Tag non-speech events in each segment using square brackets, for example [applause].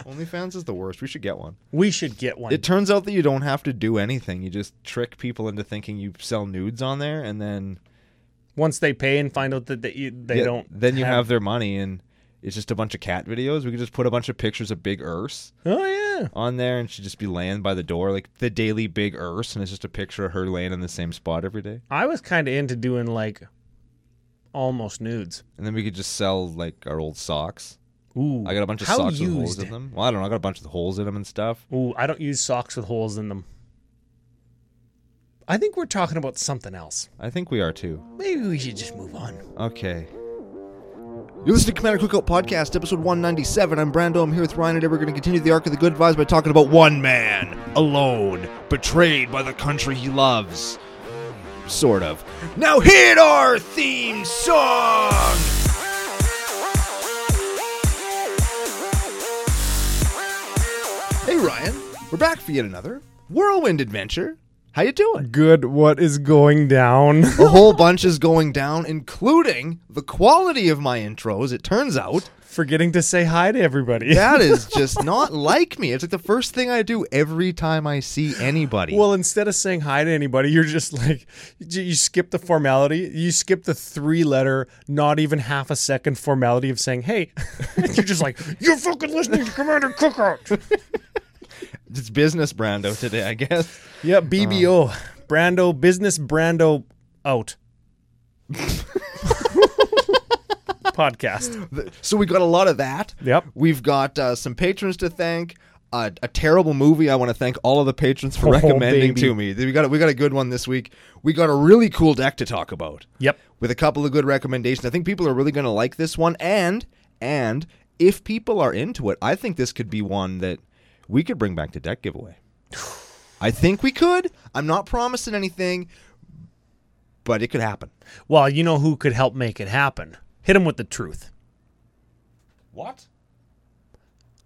OnlyFans is the worst. We should get one. We should get one. It turns out that you don't have to do anything. You just trick people into thinking you sell nudes on there, and then Once they pay and find out that they, they Yeah, don't. Then you have... their money, and it's just a bunch of cat videos. We could just put a bunch of pictures of Big Urs Oh yeah. on there, and she'd just be laying by the door like the daily Big Urs, and it's just a picture of her laying in the same spot every day. I was kind of into doing like almost nudes. And then we could just sell like our old socks. Ooh. I got a bunch of how socks with holes used. in them. Well, I don't know. I got a bunch of holes in them and stuff. Ooh, I don't use socks with holes in them. I think we're talking about something else. I think we are too. Maybe we should just move on. Okay. You're listening to Commander Cookout Podcast, episode 197. I'm Brando. I'm here with Ryan, and we're going to continue the arc of the good vibes by talking about one man, alone, betrayed by the country he loves. Sort of. Now hit our theme song! Hey Ryan, we're back for yet another whirlwind adventure. How you doing? Good. What is going down? a whole bunch is going down, including the quality of my intros. It turns out [laughs] Forgetting to say hi to everybody. that is just [laughs] not like me. It's like the first thing I do every time I see anybody. Well, instead of saying hi to anybody, you're just like you you skip the formality. You skip the three letter, not even half a second formality of saying hey. [laughs] you're just like you're fucking listening to Commander Cookout. it's business, Brando, today, I guess. yeah, BBO, Uh, Brando Business Brando out. [laughs] Podcast. Th- So we got a lot of that. Yep. We've got uh, some patrons to thank. Uh, a terrible movie. I want to thank all of the patrons for Oh, recommending baby. to me. We got a, we got a good one this week. We got a really cool deck to talk about. Yep. with a couple of good recommendations. I think people are really going to like this one, and and if people are into it, I think this could be one that we could bring back to deck giveaway. [sighs] I think we could. I'm not promising anything, but it could happen. Well, you know who could help make it happen. Hit them with the truth. What?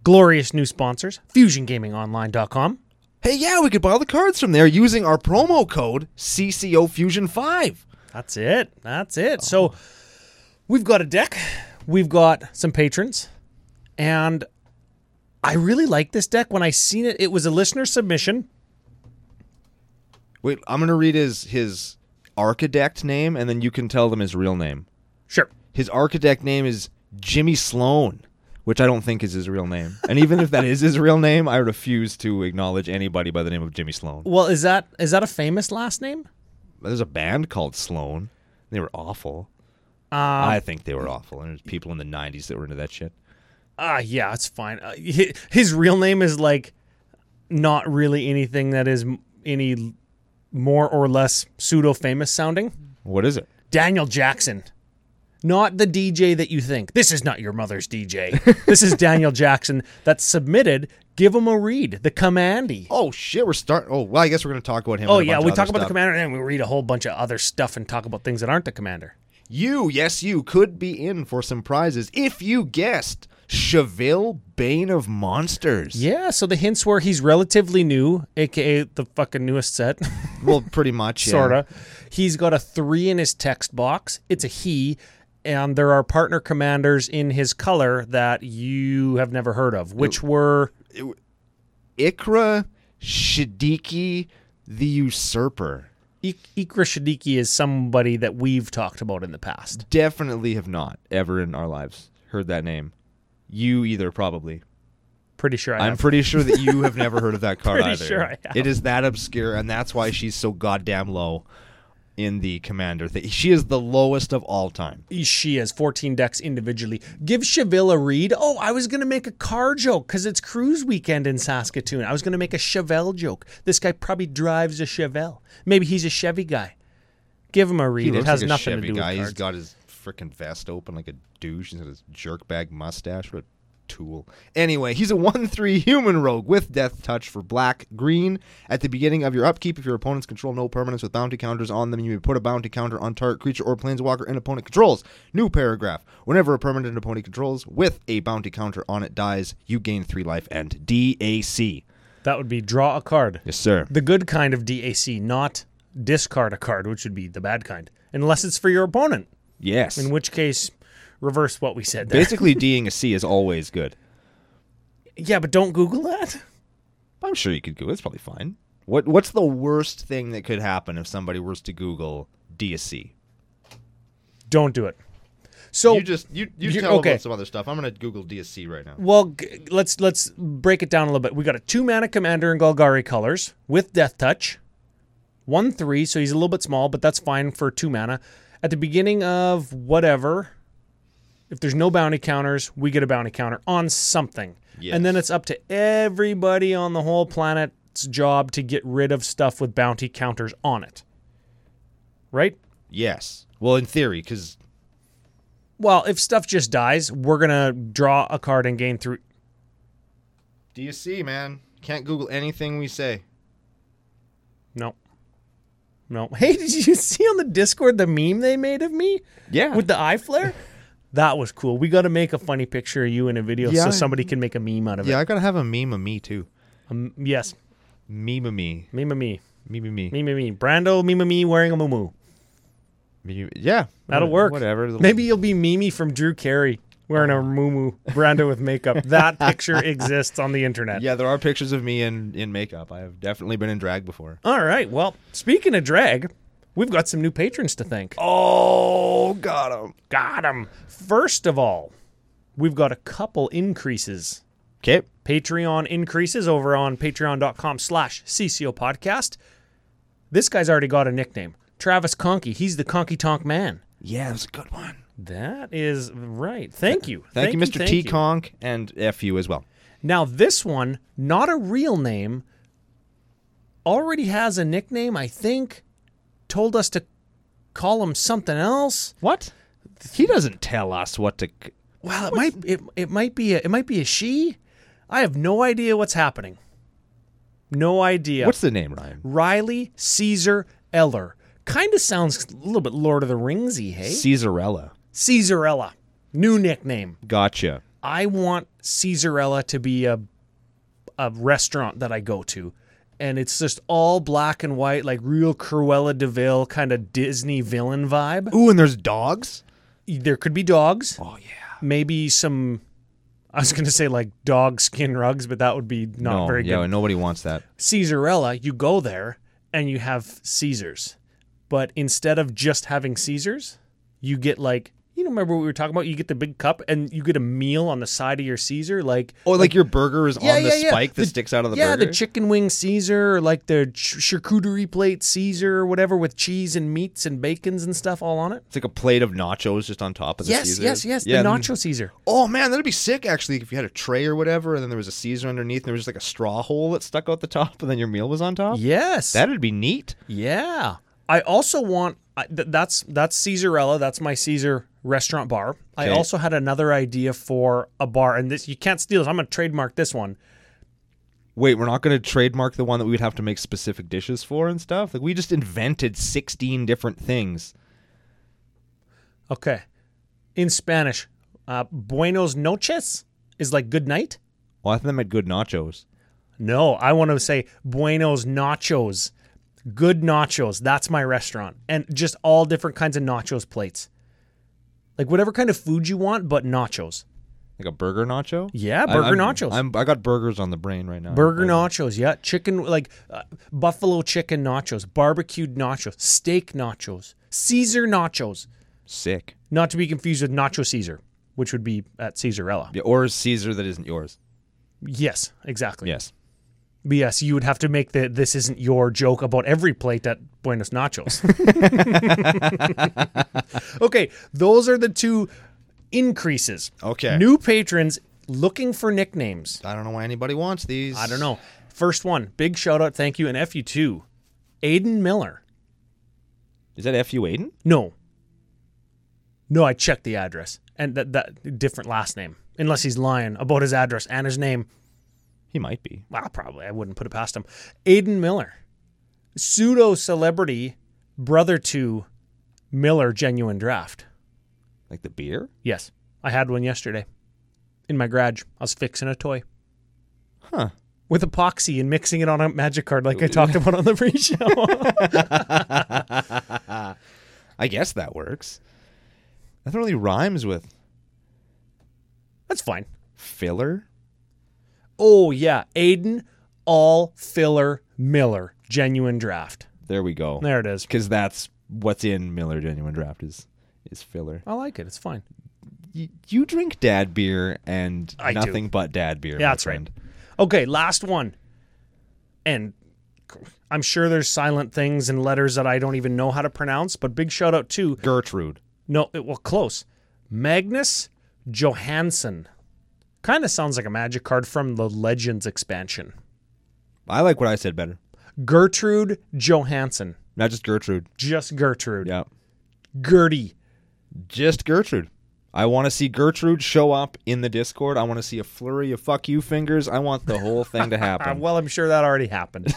Glorious new sponsors, fusiongamingonline.com. Hey, yeah, we could buy all the cards from there using our promo code CCO Fusion Five. That's it. That's it. So we've got a deck. We've got some patrons. And I really like this deck. When I seen it, it was a listener submission. Wait, I'm gonna read his his architect name, and then you can tell them his real name. Sure. His architect name is Jimmy Sloan, which I don't think is his real name. And even if that is his real name, I refuse to acknowledge anybody by the name of Jimmy Sloan. Well, is that is that a famous last name? There's a band called Sloan. They were awful. Um, I think they were awful. And there's people in the 90s that were into that shit. Ah, yeah, it's fine. Uh, hi- his real name is like not really anything that is m- any l- more or less pseudo famous sounding. What is it? Daniel Jackson. Not the DJ that you think. This is not your mother's DJ. [laughs] this is Daniel Jackson that's submitted. Give him a read. The Commandy. Oh, shit. We're starting. Oh, well, I guess we're going to talk about him. Oh and a yeah, bunch we of talk other about the stuff. commander and then we read a whole bunch of other stuff and talk about things that aren't the commander. You, yes, you could be in for some prizes if you guessed Cheville Bane of Monsters. Yeah, so the hints were he's relatively new, aka the fucking newest set. [laughs] Well, pretty much. yeah. sorta. He's got a three in his text box. It's a he, and there are partner commanders in his color that you have never heard of, which were Ikra Shidiki the Usurper. I- Ikra Shadiki is somebody that we've talked about in the past. Definitely have not ever in our lives heard that name. You either, probably. Pretty sure I I'm have. pretty sure that you have never heard of [laughs] that card Pretty either. sure I have. It is that obscure, and that's why she's so goddamn low in the commander. Thing. She is the lowest of all time. She has 14 decks individually. Give Cheville a read. Oh, I was going to make a car joke because it's cruise weekend in Saskatoon. I was going to make a Chevelle joke. This guy probably drives a Chevelle. Maybe he's a Chevy guy. Give him a read. it has nothing to do guy. with He's cards. got his freaking vest open like a douche. He's got his jerkbag mustache. What a tool. Anyway, he's a [laughs] 1 3 human rogue with death touch for black green. At the beginning of your upkeep, if your opponents control no permanents with bounty counters on them, you may put a bounty counter on target creature or planeswalker an opponent controls. New paragraph. Whenever a permanent an opponent controls with a bounty counter on it dies, you gain 3 life and DAC. That would be draw a card. Yes, sir. The good kind of DAC, not discard a card, which would be the bad kind, unless it's for your opponent, Yes. [laughs] in which case, reverse what we said there. Basically, Ding a C is always good. Yeah, but don't Google that. I'm sure you could Google. It's probably fine. What What's the worst thing that could happen if somebody was to Google DSC? Don't do it. So you just you you, Oh, you- tell them okay. about some other stuff. I'm gonna Google DSC right now. Well, g- let's let's break it down a little bit. We got a two mana commander in Golgari colors with Death Touch, one three, so he's a little bit small, but that's fine for two mana. At the beginning of whatever, if there's no bounty counters, we get a bounty counter on something, and then Yes. it's up to everybody on the whole planet's job to get rid of stuff with bounty counters on it. Right? Yes. Well, in theory, because Well, if stuff just dies, we're gonna draw a card and gain through. DSC man can't Google anything we say. No. No. Hey, did you see on the Discord the meme they made of me Yeah. with the eye flare? [laughs] That was cool. We got to make a funny picture of you in a video Yeah. so somebody can make a meme out of yeah, it. I gotta have a meme of me too. Um, yes. Meme of me. Meme of me. Meme of me. Meme of me. Brando, meme of me wearing a moo Meme- Yeah. That'll wha- work. Whatever. Maybe you'll be Mimi from Drew Carey wearing a moo Brando with makeup. [laughs] That picture exists on the internet. Yeah, there are pictures of me in in makeup. I have definitely been in drag before. All right. Well, speaking of drag, we've got some new patrons to thank. Oh, got him. Got him. First of all, we've got a couple increases. Okay. Patreon increases over on patreon.com slash CCO podcast. This guy's already got a nickname. Travis Conkey. He's the Conky Tonk Man. Yeah, that's a good one. That is right. Thank you. Thank, you, Mr. thank T you. Conk and F you as well. Now, this one, not a real name, already has a nickname, I think. Told us to call him something else. What? He doesn't tell us what to. c- Well, it might it, it might be a, it might be a she. I have no idea what's happening. No idea. What's the name, Ryan? Riley Caesar Eller? Kind of sounds a little bit Lord of the Ringsy, hey? Caesarella. Caesarella, new nickname. Gotcha. I want Caesarella to be a a restaurant that I go to, and it's just all black and white, like real Cruella Deville kind of Disney villain vibe. Ooh, and there's dogs. There could be dogs. Oh yeah. maybe some I was gonna say like dog skin rugs, but that would be not No, very Oh, yeah, good. nobody wants that. Caesarella, you go there and you have Caesars. But instead of just having Caesars, you get like you know remember what we were talking about? You get the big cup and you get a meal on the side of your Caesar, like Oh, like, your burger is on the spike that The- sticks out of the yeah, burger. the chicken wing Caesar, or like the ch- charcuterie plate Caesar or whatever with cheese and meats and bacons and stuff all on it. it's like a plate of nachos just on top of the Yes, Caesar. yes, yes. Yeah, the and- nacho Caesar. Oh man, that'd be sick actually if you had a tray or whatever, and then there was a Caesar underneath, and there was just like a straw hole that stuck out the top, and then your meal was on top. Yes. That'd be neat. Yeah. I also want I, th- that's that's Caesarella. That's my Caesar restaurant bar. I Okay. also had another idea for a bar, and this you can't steal. this. I'm gonna trademark this one. Wait, we're not going to trademark the one that we would have to make specific dishes for and stuff. Like we just invented sixteen different things. Okay, in Spanish, uh, Buenos noches is like good night. Well, I think that meant good nachos. No, I want to say Buenos nachos, good nachos. That's my restaurant, and just all different kinds of nachos plates, like whatever kind of food you want, but nachos. Like a burger nacho. Yeah, I- burger I'm- nachos. I'm, I got burgers on the brain right now. Burger I- nachos, yeah. Chicken, like uh, buffalo chicken nachos, barbecued nachos, steak nachos, Caesar nachos. Sick. Not to be confused with Nacho Caesar, which would be at Caesarella. Yeah, or a Caesar that isn't yours. Yes, exactly. Yes. But yes, you would have to make the this isn't your joke about every plate at Buenos Nachos. [laughs] okay, those are the two increases. Okay. New patrons looking for nicknames. I don't know why anybody wants these. I don't know. First one, big shout out, thank you, and F you too. Aiden Miller. Is that F.U. Aiden? No. No, I checked the address and that that different last name. Unless he's lying about his address and his name. He might be. Well, probably I wouldn't put it past him. Aiden Miller, pseudo celebrity, brother to Miller Genuine Draft. Like the beer? Yes, I had one yesterday in my garage. I was fixing a toy Huh. with epoxy and mixing it on a magic card, like I talked about on the pre-show. I guess that works. Nothing really rhymes with That's fine. filler. Oh yeah, Aiden, all filler Miller, genuine draft. There we go. There it is. Because that's what's in Miller Genuine Draft is is filler. I like it. It's fine. You, you drink dad beer and I do. nothing but dad beer. Yeah, my that's friend. Okay, last one. And I'm sure there's silent things and letters that I don't even know how to pronounce, but big shout out to Gertrude. no, it, well, close. Magnus Johansson. Kind of sounds like a magic card from the Legends expansion. I like what I said better. Gertrude Johansson. Not just Gertrude. Just Gertrude. Yeah. Gertie. Just Gertrude. I want to see Gertrude show up in the Discord. I want to see a flurry of fuck you fingers. I want the whole thing [laughs] to Uh, happen. well, I'm sure that already happened.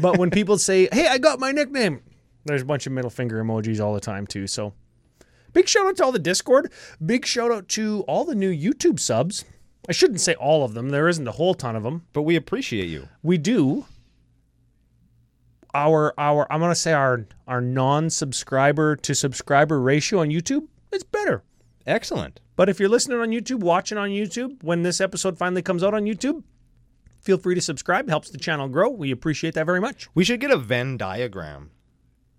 but when people say, "Hey, I got my nickname," there's a bunch of middle finger emojis all the time too. So, big shout out to all the Discord. Big shout out to all the new YouTube subs. I shouldn't say all of them. There isn't a whole ton of them. But we appreciate you. We do our our I'm gonna say our our non-subscriber to subscriber ratio on YouTube. It's better. Excellent. But if you're listening on YouTube, watching on YouTube, when this episode finally comes out on YouTube, feel free to subscribe. Helps the channel grow. We appreciate that very much. We should get a Venn diagram.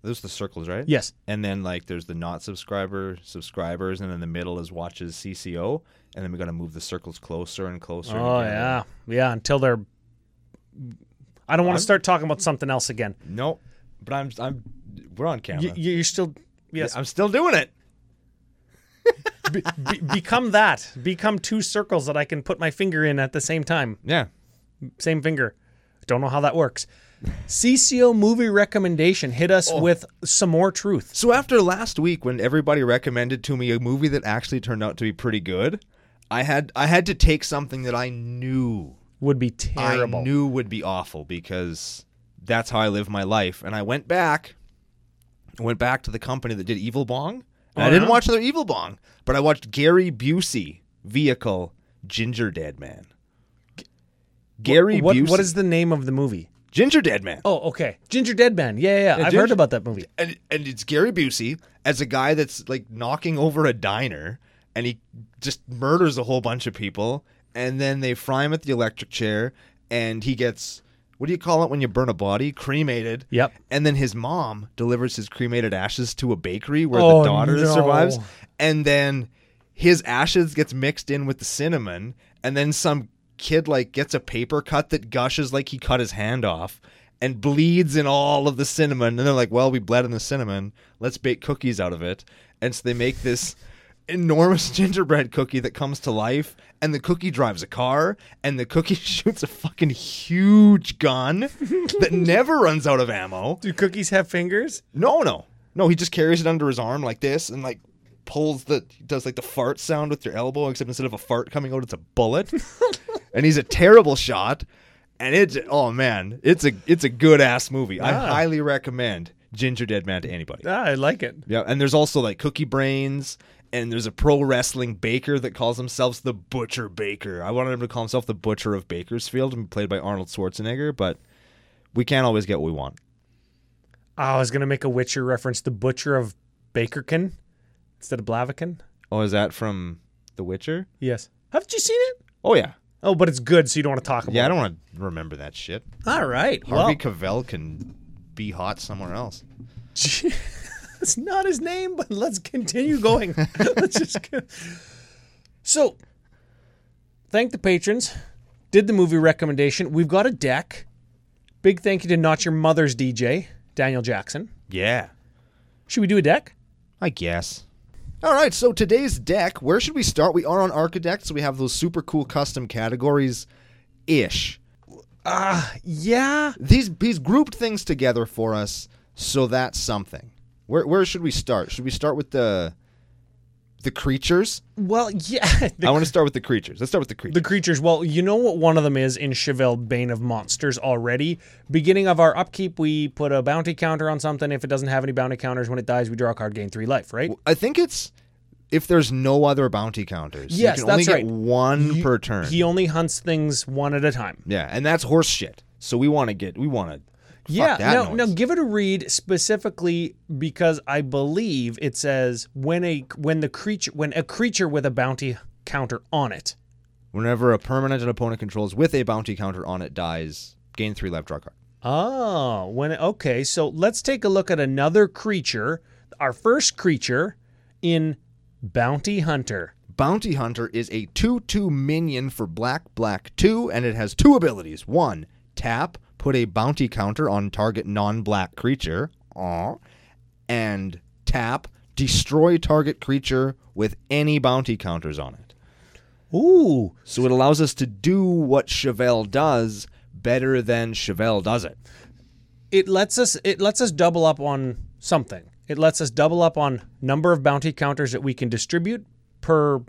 Those are the circles, right? Yes. And then like there's the not subscriber subscribers, and in the middle is watches CCO, and then we gotta move the circles closer and closer. Oh together. yeah, yeah. Until they're, I don't want I'm- to start talking about something else again. Nope. But I'm I'm we're on camera. You, you're still yes. I'm still doing it. Be- be- become that. Become two circles that I can put my finger in at the same time. Yeah. Same finger. Don't know how that works. CCO movie recommendation. Hit us Oh. with some more truth. So after last week, when everybody recommended to me a movie that actually turned out to be pretty good, I had I had to take something that I knew Would be I terrible. knew would be awful because that's how I live my life. And I went back, I went back to the company that did Evil Bong. And I Oh, didn't yeah? watch their Evil Bong, but I watched Gary Busey vehicle Ginger Dead Man. Gary what, Busey what is the name of the movie? Ginger Dead Man. Oh, okay. Ginger Dead Man. Yeah, yeah. yeah. I've heard Ginger- about that movie. and and it's Gary Busey as a guy that's like knocking over a diner and he just murders a whole bunch of people and then they fry him at the electric chair and he gets what do you call it when you burn a body cremated Yep. and then his mom delivers his cremated ashes to a bakery where Oh, the daughter no. survives and then his ashes gets mixed in with the cinnamon and then some kid like gets a paper cut that gushes like he cut his hand off and bleeds in all of the cinnamon and they're like well we bled in the cinnamon let's bake cookies out of it and so they make this enormous [laughs] gingerbread cookie that comes to life and the cookie drives a car and the cookie [laughs] shoots a fucking huge gun [laughs] that never runs out of ammo Do cookies have fingers? no, no, no. He just carries it under his arm like this, and like pulls the does like the fart sound with your elbow, except instead of a fart coming out, it's a bullet. and he's a terrible shot. And it's oh man, it's a it's a good ass movie. I Ah. highly recommend Ginger Dead Man to anybody. Ah, I like it. Yeah, and there's also like Cookie Brains, and there's a pro wrestling baker that calls themselves the Butcher Baker. I wanted him to call himself the Butcher of Bakersfield, and played by Arnold Schwarzenegger, but we can't always get what we want. Oh, I was gonna make a Witcher reference, the butcher of Bakerkin instead of Blaviken. Oh, is that from The Witcher? Yes. Haven't you seen it? Oh yeah, Oh. Oh, but it's good, so you don't want to talk about yeah. I it. don't want to remember that shit. All right. Harvey Cavell can be hot somewhere else. Well, [laughs] it's not his name, but let's continue [laughs] going. let's just go. So, thank the patrons. Did the movie recommendation. We've got a deck. Big thank you to Not Your Mother's DJ, Daniel Jackson. Yeah, Should we do a deck? I guess. All right, so today's deck. Where should we start? We are on Architect, so we have those super cool custom categories, ish. Yeah. These he's grouped things together for us, so that's something. Where where should we start? Should we start with the the creatures? Well, yeah. [laughs] I want to start with the creatures. Let's start with the creatures. The creatures. Well, you know what one of them is in Chevelle Bane of Monsters already. Beginning of our upkeep, we put a bounty counter on something. If it doesn't have any bounty counters, when it dies, we draw a card, gain three life, right? I think it's if there's no other bounty counters. Yes, you can that's only right. get one per turn. He only hunts things one at a time. Yeah, and that's horse shit. So we want to get we want to yeah. fuck that now, noise. now give it a read specifically because I believe it says when a when the creature when a creature with a bounty counter on it Whenever a permanent an opponent controls with a bounty counter on it dies, gain three life, draw a card. Oh, when okay, so let's take a look at another creature. Our first creature in Bounty Hunter. Bounty Hunter is a 2 2 minion for black, black 2, and it has two abilities. One, tap, put a bounty counter on target non black creature. Aw. And tap, destroy target creature with any bounty counters on it. Ooh, So it allows us to do what Chevelle does better than Chevelle does it. it lets us it lets us double up on something. It lets us double up on number of bounty counters that we can distribute per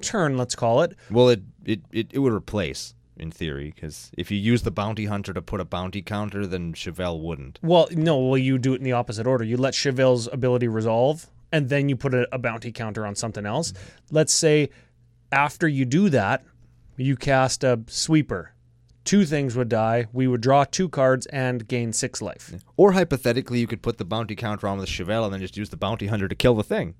turn, let's call it. Well, it, it, it, it would replace, in theory, because if you use the bounty hunter to put a bounty counter, then Chevelle wouldn't. Well, no, well you do it in the opposite order. You let Chevelle's ability resolve and then you put a, a bounty counter on something else. Let's say after you do that, you cast a sweeper. Two things would die. We would draw two cards and gain six life. Or hypothetically, you could put the bounty counter on with Chevelle and then just use the bounty hunter to kill the thing.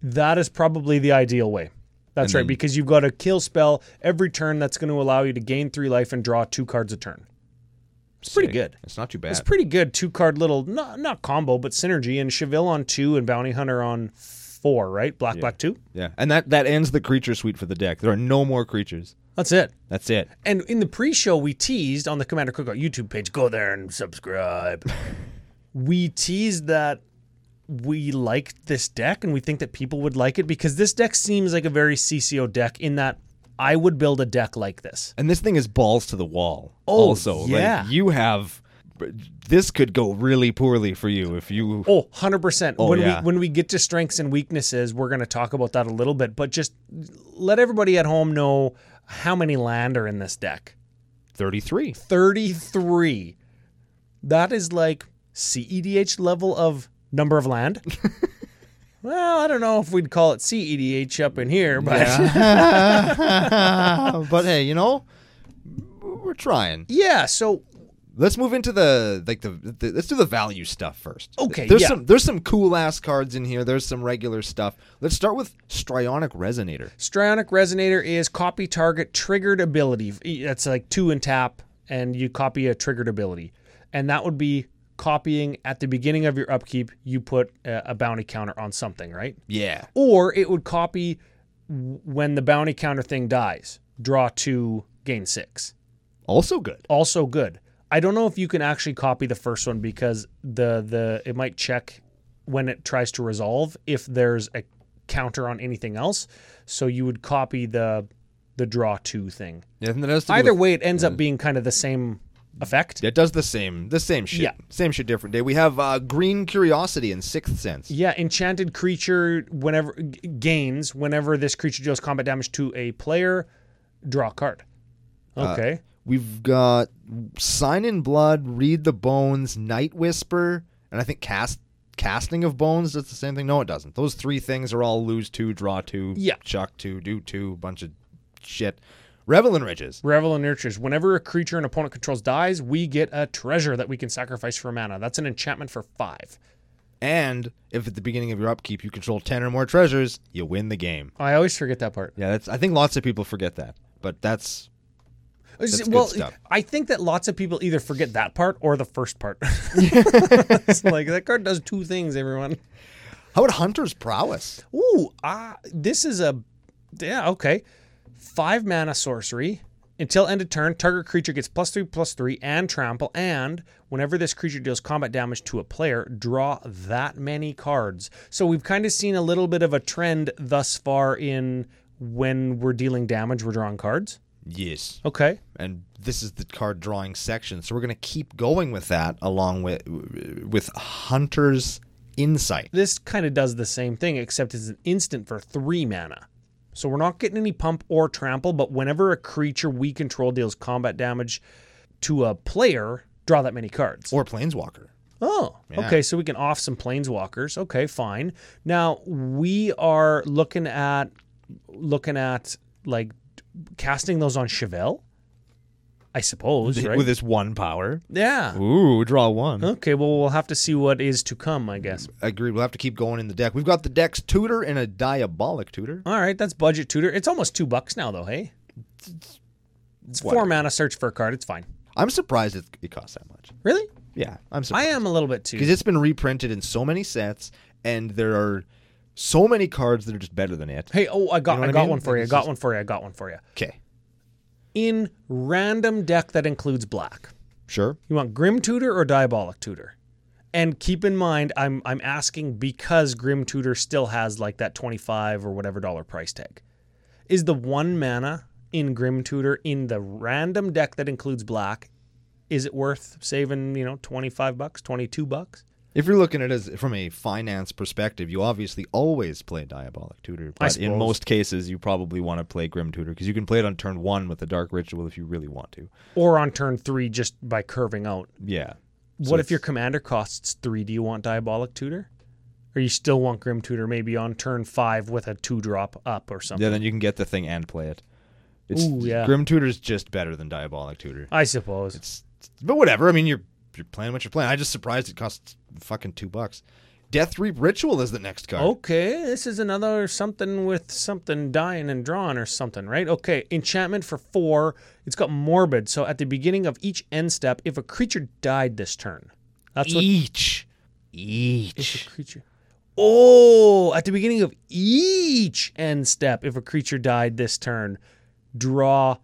That is probably the ideal way. That's right, because you've got a kill spell every turn that's going to allow you to gain three life and draw two cards a turn. It's pretty Sick. good. It's not too bad. It's pretty good two card little not not combo but synergy and Cheville on two and Bounty Hunter on four, right? Black Black two. yeah, and that that ends the creature suite for the deck. There are no more creatures. That's it. That's it. And in the pre-show, we teased on the Commander Cookout YouTube page. Go there and subscribe. we teased that we liked this deck, and we think that people would like it because this deck seems like a very CCO deck. In that, I would build a deck like this. And this thing is balls to the wall. Oh, also, yeah. like you have this could go really poorly for you if you Oh, 100%. when yeah. we when we get to strengths and weaknesses, we're going to talk about that a little bit, but just let everybody at home know how many land are in this deck. [laughs] 33. 33. That is like CEDH level of number [laughs] of land. well, I don't know if we'd call it CEDH up in here, but yeah. [laughs] but hey, you know, we're trying. so Let's move into the like the, the let's do the value stuff first. Okay, There's yeah. some there's some cool ass cards in here. There's some regular stuff. Let's start with Strionic Resonator. Strionic Resonator is copy target triggered ability. E, That's like two and tap, and you copy a triggered ability. And that would be copying at the beginning of your upkeep, you put a, a bounty counter on something, right? Yeah. or it would copy w- when the bounty counter thing dies. Draw two, gain six. Also good. Also good. I don't know if you can actually copy the first one because the the it might check when it tries to resolve if there's a counter on anything else. So you would copy the the draw two thing. Yeah, and that has to do Either with- way, it ends up being kind of the same effect. it does the same, the same shit, Yeah. same shit, different day. We have uh, Green Curiosity and Sixth Sense. Yeah, enchanted creature whenever g- gains whenever this creature deals combat damage to a player, draw a card. Okay. We've got Sign in Blood, Read the Bones, Night Whisper, and I think cast casting of bones does the same thing. No, it doesn't. Those three things are all lose two, draw two, Yeah. chuck two, do two, bunch of shit. Revel in Ridges. Revel and Nurtures. Whenever a creature an opponent controls dies, we get a treasure that we can sacrifice for mana. That's an enchantment for five. And if at the beginning of your upkeep you control ten or more treasures, you win the game. I always forget that part. Yeah, that's. I think lots of people forget that, but that's Is- good stuff. I think that lots of people either forget that part or the first part. [laughs] it's like that card does two things, everyone. how about Hunter's Prowess. Ooh, ah, this is a yeah okay. Five mana sorcery. Until end of turn, target creature gets plus three, plus three, and trample. And whenever this creature deals combat damage to a player, draw that many cards. So we've kind of seen a little bit of a trend thus far in when we're dealing damage, we're drawing cards. Yes. Okay. and this is the card drawing section. So we're going to keep going with that along with with Hunter's Insight. This kind of does the same thing, except it's an instant for three mana. So we're not getting any pump or trample, but whenever a creature we control deals combat damage to a player, draw that many cards. Or Planeswalker. Oh, okay. So we can off some planeswalkers. Okay, fine. Now we are looking at looking at like casting those on Chevelle, I suppose, right? With this one power. yeah. Ooh, draw one. Okay. Well, we'll have to see what is to come, I guess. Agreed. We'll have to keep going in the deck. We've got the deck's tutor and a diabolic tutor. All right, that's budget tutor. It's almost two bucks now, though. Hey, It's Whatever. four mana, search for a card. It's fine. I'm surprised it, it costs that much. Really? Yeah, I'm I surprised. am a little bit too. because it's been reprinted in so many sets, and there are so many cards that are just better than it. Hey, oh, I got, know what I I got mean? one for Like, you. I it's got just- one for you. I got one for you. Okay, In random deck that includes black, sure. you want Grim Tutor or Diabolic Tutor? And keep in mind, I'm I'm asking because Grim Tutor still has like that twenty five or whatever dollar price tag. Is the one mana in Grim Tutor in the random deck that includes black? Is it worth saving you know twenty five bucks, twenty two bucks? If you're looking at it as, from a finance perspective, you obviously always play Diabolic Tutor, but in suppose. most cases, you probably want to play Grim Tutor because you can play it on turn one with the Dark Ritual if you really want to. Or on turn three just by curving out? Yeah. So what if it's- your commander costs three? Do you want Diabolic Tutor? Or you still want Grim Tutor maybe on turn five with a two drop up or something? Yeah, then you can get the thing and play it. It's Ooh, yeah. Grim Tutor's just better than Diabolic Tutor. I suppose. It's, but whatever. I mean, you're you're playing what you're playing. I just surprised it costs fucking two bucks. Death Reap Ritual is the next card. okay, this is another something with something dying and drawn or something, right? Okay, enchantment for four. It's got morbid. So at the beginning of each end step, if a creature died this turn, that's what each, each. if a creature. Oh, at the beginning of each end step, if a creature died this turn, draw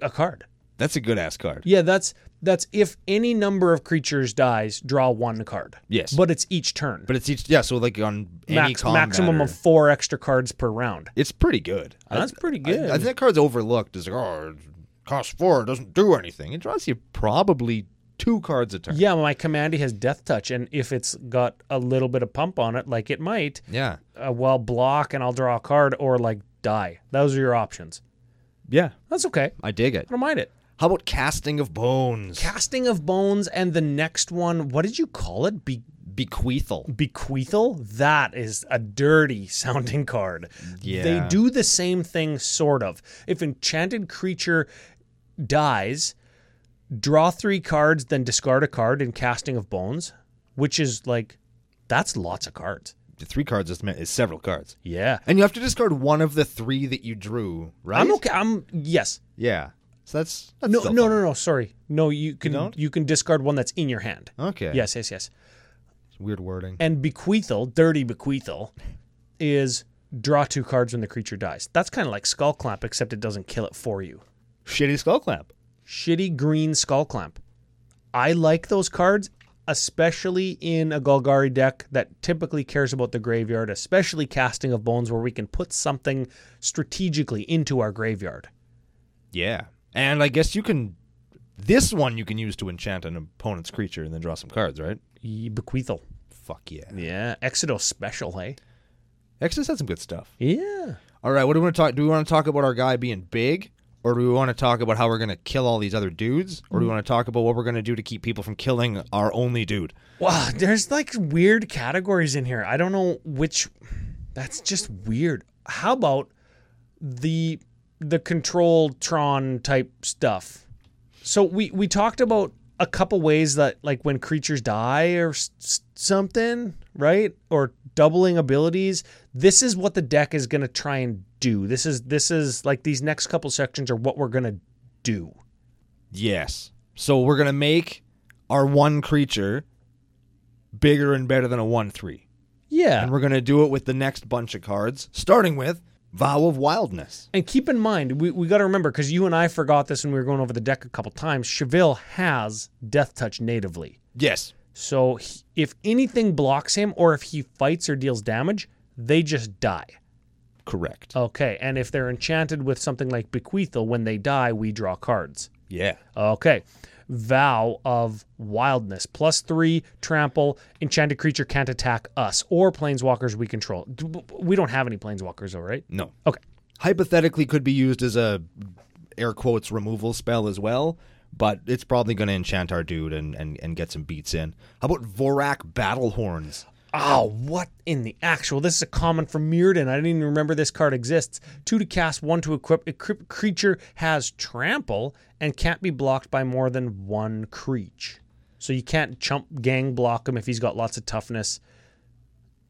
a card. That's a good ass card. Yeah, that's that's if any number of creatures dies, draw one card. Yes. But it's each turn. But it's each. Yeah, so like on any Max, combat maximum or- of four extra cards per round. It's pretty good. Oh, That's pretty I- good. I, think that card's overlooked. It's like, oh, it costs four, it doesn't do anything. It draws you probably two cards a turn. yeah, my commandy has death touch, and if it's got a little bit of pump on it, like it might, Yeah. uh, well, block and I'll draw a card, or like die. Those are your options. Yeah. That's okay. I dig it. I don't mind it. How about Casting of Bones? Casting of bones, and the next one, what did you call it? Be- Bequeathal. bequeathal that is a dirty [laughs] sounding card they Yeah. do the same thing sort of if enchanted creature dies draw three cards then discard a card in casting of bones which is like that's lots of cards The Three cards is, me- is several cards. yeah And you have to discard one of the three that you drew, right? i'm okay i'm yes Yeah. So that's, that's no still no fun. no no sorry no you can you, don't? can discard one that's in your hand Okay. yes yes yes It's Weird wording. and bequeathal dirty bequeathal is draw two cards when the creature dies that's kind of like skull clamp except it doesn't kill it for you Shitty skull clamp. shitty green skull clamp. I like those cards, especially in a Golgari deck that typically cares about the graveyard, especially casting of bones where we can put something strategically into our graveyard. Yeah. And I guess you can. This one you can use to enchant an opponent's creature and then draw some cards, right? Ye- Bequeathal. Fuck yeah. Yeah. Exodos special, hey? Exodus had some good stuff. Yeah. All right, what do we want to talk? Do we want to talk about our guy being big, or do we want to talk about how we're going to kill all these other dudes, or do we want to talk about what we're going to do to keep people from killing our only dude? Wow, there's like weird categories in here. I don't know which that's just weird. How about the the control Tron type stuff? So we we talked about a couple ways that like when creatures die or s- s- something, right? Or doubling abilities. This is what the deck is going to try and do. This is this is like these next couple sections are what we're going to do. Yes. So we're going to make our one creature bigger and better than a one-three, Yeah. and we're going to do it with the next bunch of cards, starting with Vow of Wildness. And keep in mind, we, we got to remember because you and I forgot this when we were going over the deck a couple times. Cheville has Death Touch natively. Yes. So he- if anything blocks him or if he fights or deals damage, they just die. Correct. Okay. And if they're enchanted with something like Bequeathal, when they die, we draw cards. Yeah. Okay. Vow of Wildness. Plus three, trample. Enchanted creature can't attack us or planeswalkers we control. D- b- We don't have any planeswalkers, though, right? No. Okay. hypothetically could be used as a air quotes removal spell as well, but it's probably going to enchant our dude and, and, and get some beats in. How about Vorak Battle Horns? Oh, what in the actual? This is a common from Mirrodin. I didn't even remember this card exists. Two to cast, one to equip. A cre- creature has trample and can't be blocked by more than one creature. So you can't chump gang block him if he's got lots of toughness,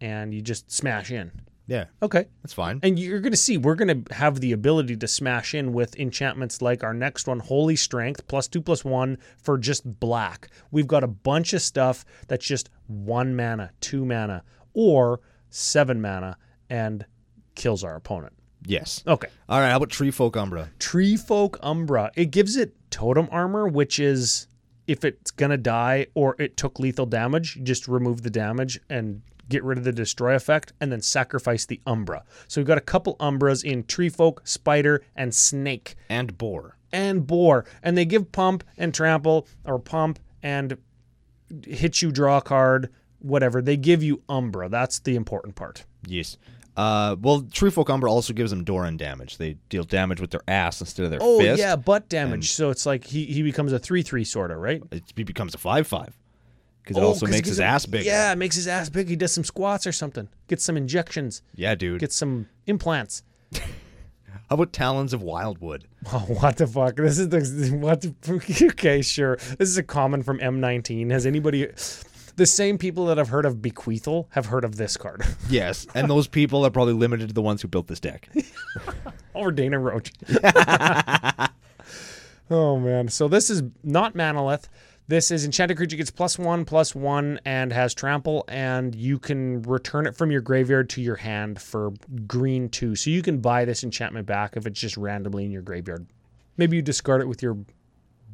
and you just smash in. Yeah, Okay. that's fine. And you're going to see, we're going to have the ability to smash in with enchantments like our next one, Holy Strength, plus two, plus one for just black. We've got a bunch of stuff that's just one mana, two mana, or seven mana and kills our opponent. yes. Okay. All right. How about Tree Folk Umbra? Tree Folk Umbra. It gives it totem armor, which is if it's gonna die or it took lethal damage, you just remove the damage and get rid of the destroy effect, and then sacrifice the Umbra. So we've got a couple Umbras in Tree Folk, Spider, and Snake and Boar. and Boar, and they give Pump and Trample or Pump and hit you draw a card, whatever. They give you Umbra. That's the important part. Yes. Uh, well, Tree Folk Umbra also gives them Doran damage. They deal damage with their ass instead of their Oh fist. yeah, butt damage. so it's like he he becomes a three three sorta, right? It be- becomes a 5 5 because it Oh, also 'cause makes his gets a- ass bigger. Yeah, it makes his ass big. He does some squats or something. Gets some injections. Yeah, dude. Gets some implants. How about Talons of Wildwood? [laughs] Oh, what the fuck? This is the what? The, [laughs] okay, sure. This is a common from M19. Has anybody? The same people that have heard of Bequeathal have heard of this card, [laughs] Yes, and those people are probably limited to the ones who built this deck. or Dana Roach. [laughs] oh man! So this is not Manolith. This is enchanted creature gets plus one, plus one, and has trample, and you can return it from your graveyard to your hand for green two. So you can buy this enchantment back if it's just randomly in your graveyard. Maybe you discard it with your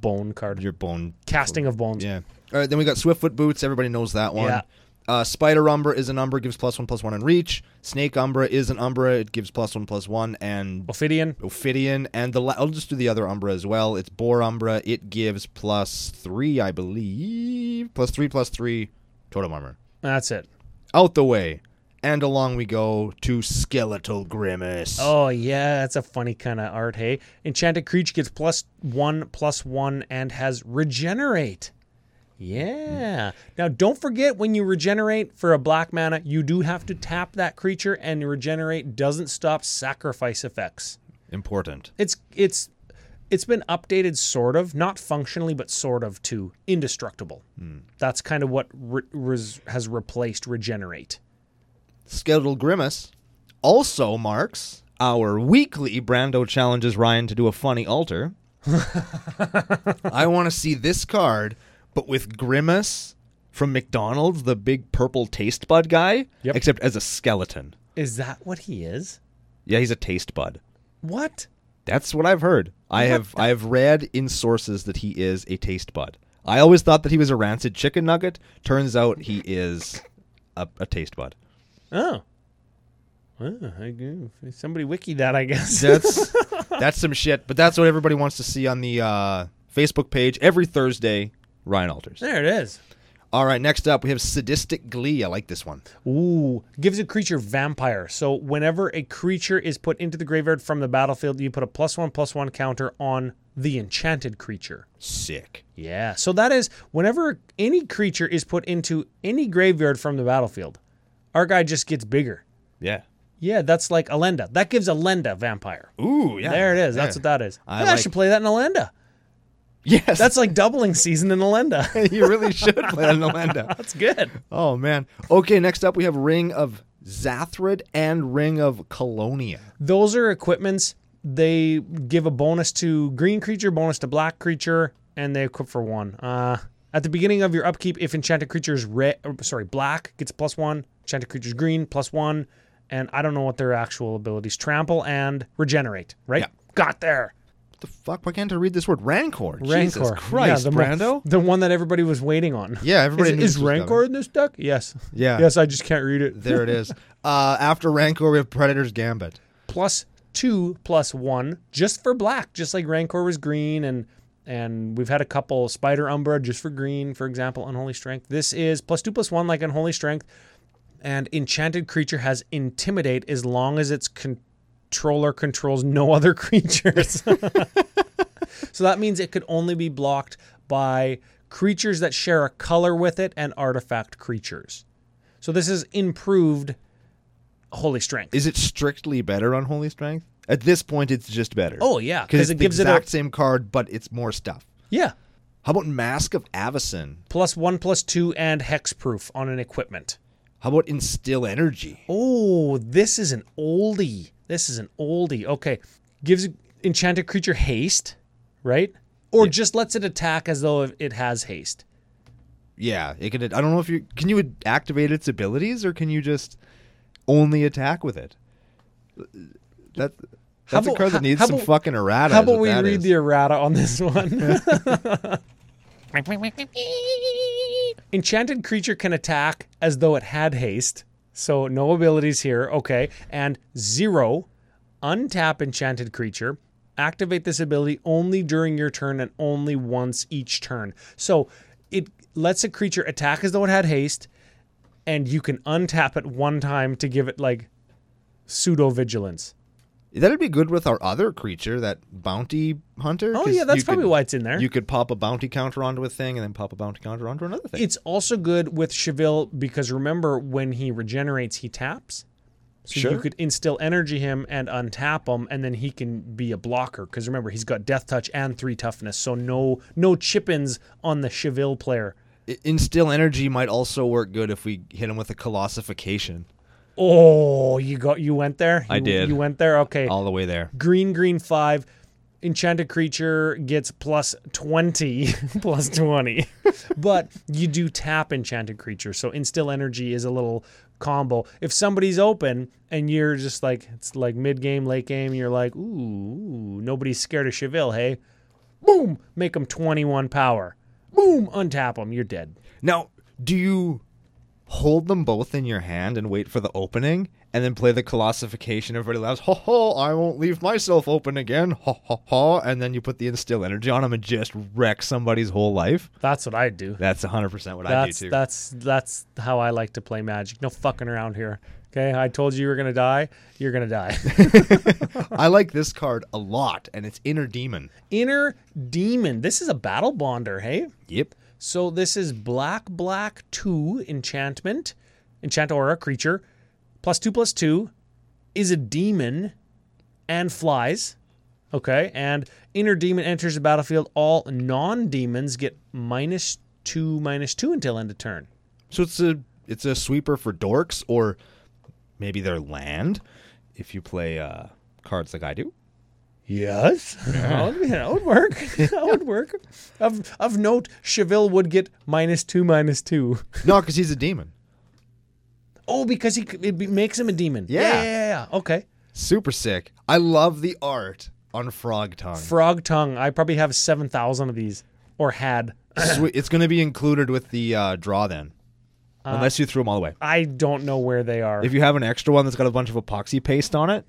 bone card, Your bone. casting of bones. Yeah. All right, then we got Swiftfoot Boots. Everybody knows that one. Yeah. Uh, Spider Umbra is an Umbra, gives plus one, plus one in reach. Snake Umbra is an Umbra, it gives plus one, plus one, and Ophidian. Ophidian. And the la- I'll just do the other Umbra as well. It's Boar Umbra, it gives plus three, I believe. Plus three, plus three, Totem Armor. That's it. Out the way. And along we go to Skeletal Grimace. Oh yeah, that's a funny kind of art. Hey, enchanted creature gets plus one, plus one, and has regenerate. Yeah. Now don't forget when you regenerate for a black mana, you do have to tap that creature, and regenerate doesn't stop sacrifice effects. Important. It's it's it's been updated sort of, not functionally, but sort of to indestructible. That's kind of what re- res- has replaced regenerate. Skeletal Grimace also marks our weekly Brando challenges Ryan to do a funny altar. I want to see this card, but with Grimace from McDonald's, the big purple taste bud guy, Yep. except as a skeleton. Is that what he is? Yeah, he's a taste bud. What? That's what I've heard. I have I have read in sources that he is a taste bud. I always thought that he was a rancid chicken nugget. Turns out he is a, a taste bud. Oh. Oh, I go- somebody wiki that, [laughs] I guess. [laughs] That's that's some shit. But that's what everybody wants to see on the uh, Facebook page every Thursday. Ryan Alters. there it is. All right, next up we have sadistic glee. I like this one. Ooh, gives a creature vampire. So whenever a creature is put into the graveyard from the battlefield, you put a plus one plus one counter on the enchanted creature. Sick. Yeah. So that is whenever any creature is put into any graveyard from the battlefield, our guy just gets bigger. Yeah. Yeah, that's like Alenda. That gives Alenda vampire. Ooh, yeah. There it is. That's Yeah. what that is. I Yeah, I, like- should play that in Alenda. [laughs] Yes, That's like doubling season in Alenda. [laughs] you really should play on Nolanda. That's good. Oh man. Okay, next up we have Ring of Zathrid and Ring of Colonia. those are equipments they give a bonus to green creature bonus to black creature and they equip for one uh at the beginning of your upkeep if enchanted creature is red or, sorry black gets plus one enchanted creatures green plus one and i don't know what their actual abilities trample and regenerate right Yeah. got there What the fuck? Why can't I read this word? Rancor. Jesus rancor Christ, yeah, the, mo- Brando. the one that everybody was waiting on Yeah, everybody knew this is, is was rancor coming. in this deck yes Yeah. yes i just can't read it There it [laughs] is. Uh, after Rancor, we have Predator's Gambit. plus two plus one just for black, just like Rancor was green and and we've had a couple Spider Umbra just for green, for example, Unholy Strength. This is plus two plus one like Unholy Strength, and enchanted creature has Intimidate as long as its controller controls no [laughs] other creatures. [laughs] so that means it could only be blocked by creatures that share a color with it and artifact creatures. So this is improved Holy Strength. Is it strictly better on Holy Strength? At this point, it's just better. Oh yeah, because because it the gives it a exact same card, but it's more stuff. yeah How about Mask of Avison? plus one plus two and hexproof on an equipment. How about instill energy? Oh, this is an oldie. This is an oldie. Okay. Gives enchanted creature haste, right? Or just lets it attack as though it has haste. Yeah, it can. I don't know if you can you activate its abilities or can you just only attack with it. That How that's a about- card how- that needs how some about- fucking errata. How is about what we that read is. the errata on this [laughs] one? Enchanted creature can attack as though it had haste. So no abilities here. Okay. And zero, untap enchanted creature. Activate this ability only during your turn and only once each turn. So it lets a creature attack as though it had haste, and you can untap it one time to give it like pseudo vigilance. That'd be good with our other creature, that bounty hunter. Oh 'cause yeah, that's you probably could, why it's in there. You could pop a bounty counter onto a thing and then pop a bounty counter onto another thing. It's also good with Cheville because remember when he regenerates, he taps. So you Sure. could instill energy him and untap him, and then he can be a blocker. Because remember, he's got death touch and three toughness, so no no chip-ins on the Cheville player. I- instill energy might also work good if we hit him with a colossification Oh, you got you went there. I You- did. You went there. Okay. all the way there. green green five enchanted creature gets plus 20 [laughs] plus 20 but you do tap enchanted creature so instill energy is a little combo if somebody's open and you're just like it's like mid game late game you're like ooh nobody's scared of cheville hey boom make them 21 power boom untap them you're dead Now, do you hold them both in your hand and wait for the opening and then play the colossification? Everybody laughs, ho ho, I won't leave myself open again, ho ho ho. And then you put the instill energy on them and just wreck somebody's whole life. that's what i do That's 100% what I do That's too. that's that's how I like to play Magic. No fucking around here. Okay, I told you you were gonna die. You're gonna die. [laughs] [laughs] I like this card a lot, and it's Inner Demon. Inner Demon. This is a battle bonder. Hey, Yep. so this is black black two enchantment, enchant aura creature, plus two plus two, is a demon, and flies. Okay, and inner demon enters the battlefield. All non demons get minus two minus two until end of turn. So it's a it's a sweeper for dorks or maybe their land if you play uh, cards like I do. Yes, that, would, that would work. [laughs] That would work. Of of note, Cheville would get minus two, minus two. [laughs] No, because he's a demon. Oh, because he c- it be- makes him a demon. Yeah. yeah, yeah, yeah. Okay. Super sick. I love the art on Frog [laughs] Tongue. Frog tongue. I probably have seven thousand of these, or had. Swe- it's going to be included with the uh, draw then, unless you threw them all away. I don't know where they are. If you have an extra one that's got a bunch of epoxy paste on it,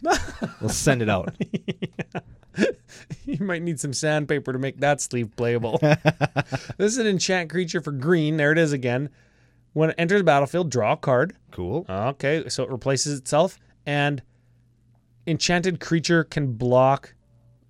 we'll send it out. [laughs] you might need some sandpaper to make that sleeve [laughs] playable. this is an enchant creature for green. There it is again. When it enters the battlefield, draw a card. Cool. Okay, so it replaces itself, and enchanted creature can block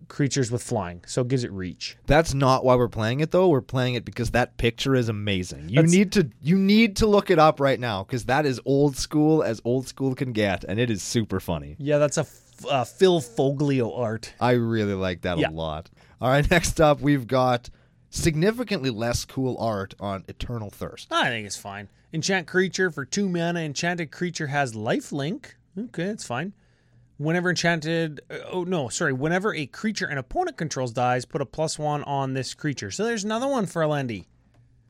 creatures with flying, so it gives it reach. That's not why we're playing it though. We're playing it because that picture is amazing. You That's- need to you need to look it up right now because that is old school as old school can get, and it is super funny. Yeah, that's a f- uh, Phil Foglio art. I really like that Yeah. a lot. All right, [laughs] next up we've got significantly less cool art on Eternal Thirst. I think it's fine. Enchant creature for two mana. Enchanted creature has lifelink. Okay, that's fine. Whenever enchanted, uh, oh no, sorry. Whenever a creature an opponent controls dies, put a plus one on this creature. So there's another one for Alendi.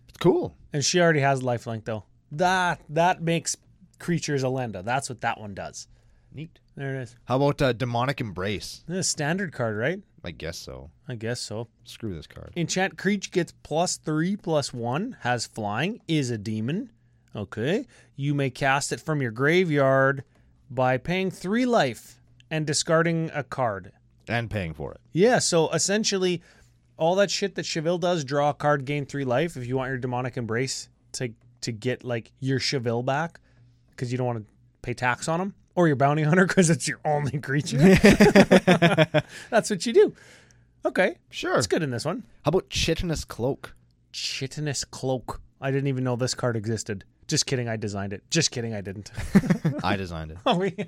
It's cool. And she already has lifelink though. That that makes creatures Alenda. That's what that one does. Neat. There it is. How about uh, Demonic Embrace? This is a standard card, right? I guess so. I guess so. Screw this card. Enchant Creech gets plus three, plus one, has flying, is a demon. Okay. You may cast it from your graveyard by paying three life and discarding a card. And paying for it. Yeah, so essentially, all that shit that Cheville does, draw a card, gain three life. If you want your demonic embrace to to get like your Cheville back, because you don't want to pay tax on him, or your bounty [laughs] hunter because it's your only creature. [laughs] That's what you do. Okay, Sure. that's good in this one. How about Chitinous Cloak? [laughs] Chitinous cloak. I didn't even know this card existed. Just kidding, I designed it. Just kidding, I didn't. [laughs] I designed it. Oh, yeah.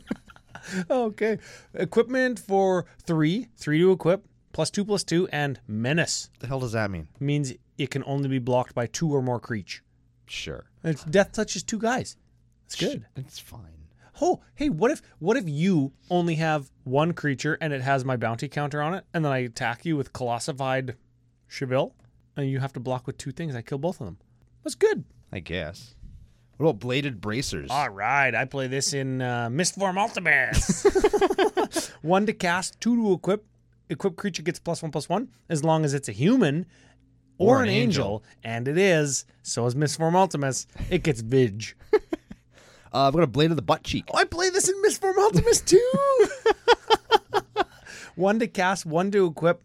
[laughs] okay. Equipment for three, three to equip, plus two, plus two, and menace the hell does that mean? means it can only be blocked by two or more creature. Sure. It's Death Touch is two guys. It's good. It's fine. Oh, hey, what if what if you only have one creature and it has my bounty counter on it, and then I attack you with Colossified Cheville, and you have to block with two things. I kill both of them. That's good. I guess. What about bladed bracers? All right, I play this in uh, Mistform Ultimus. [laughs] one to cast, two to equip. Equip creature gets plus one plus one as long as it's a human or, an, angel. and it is. So is Mistform Ultimus. It gets Vig. Uh, I've got a blade of the butt cheek. I play this in Misform Ultimus too. [laughs] one to cast, one to equip.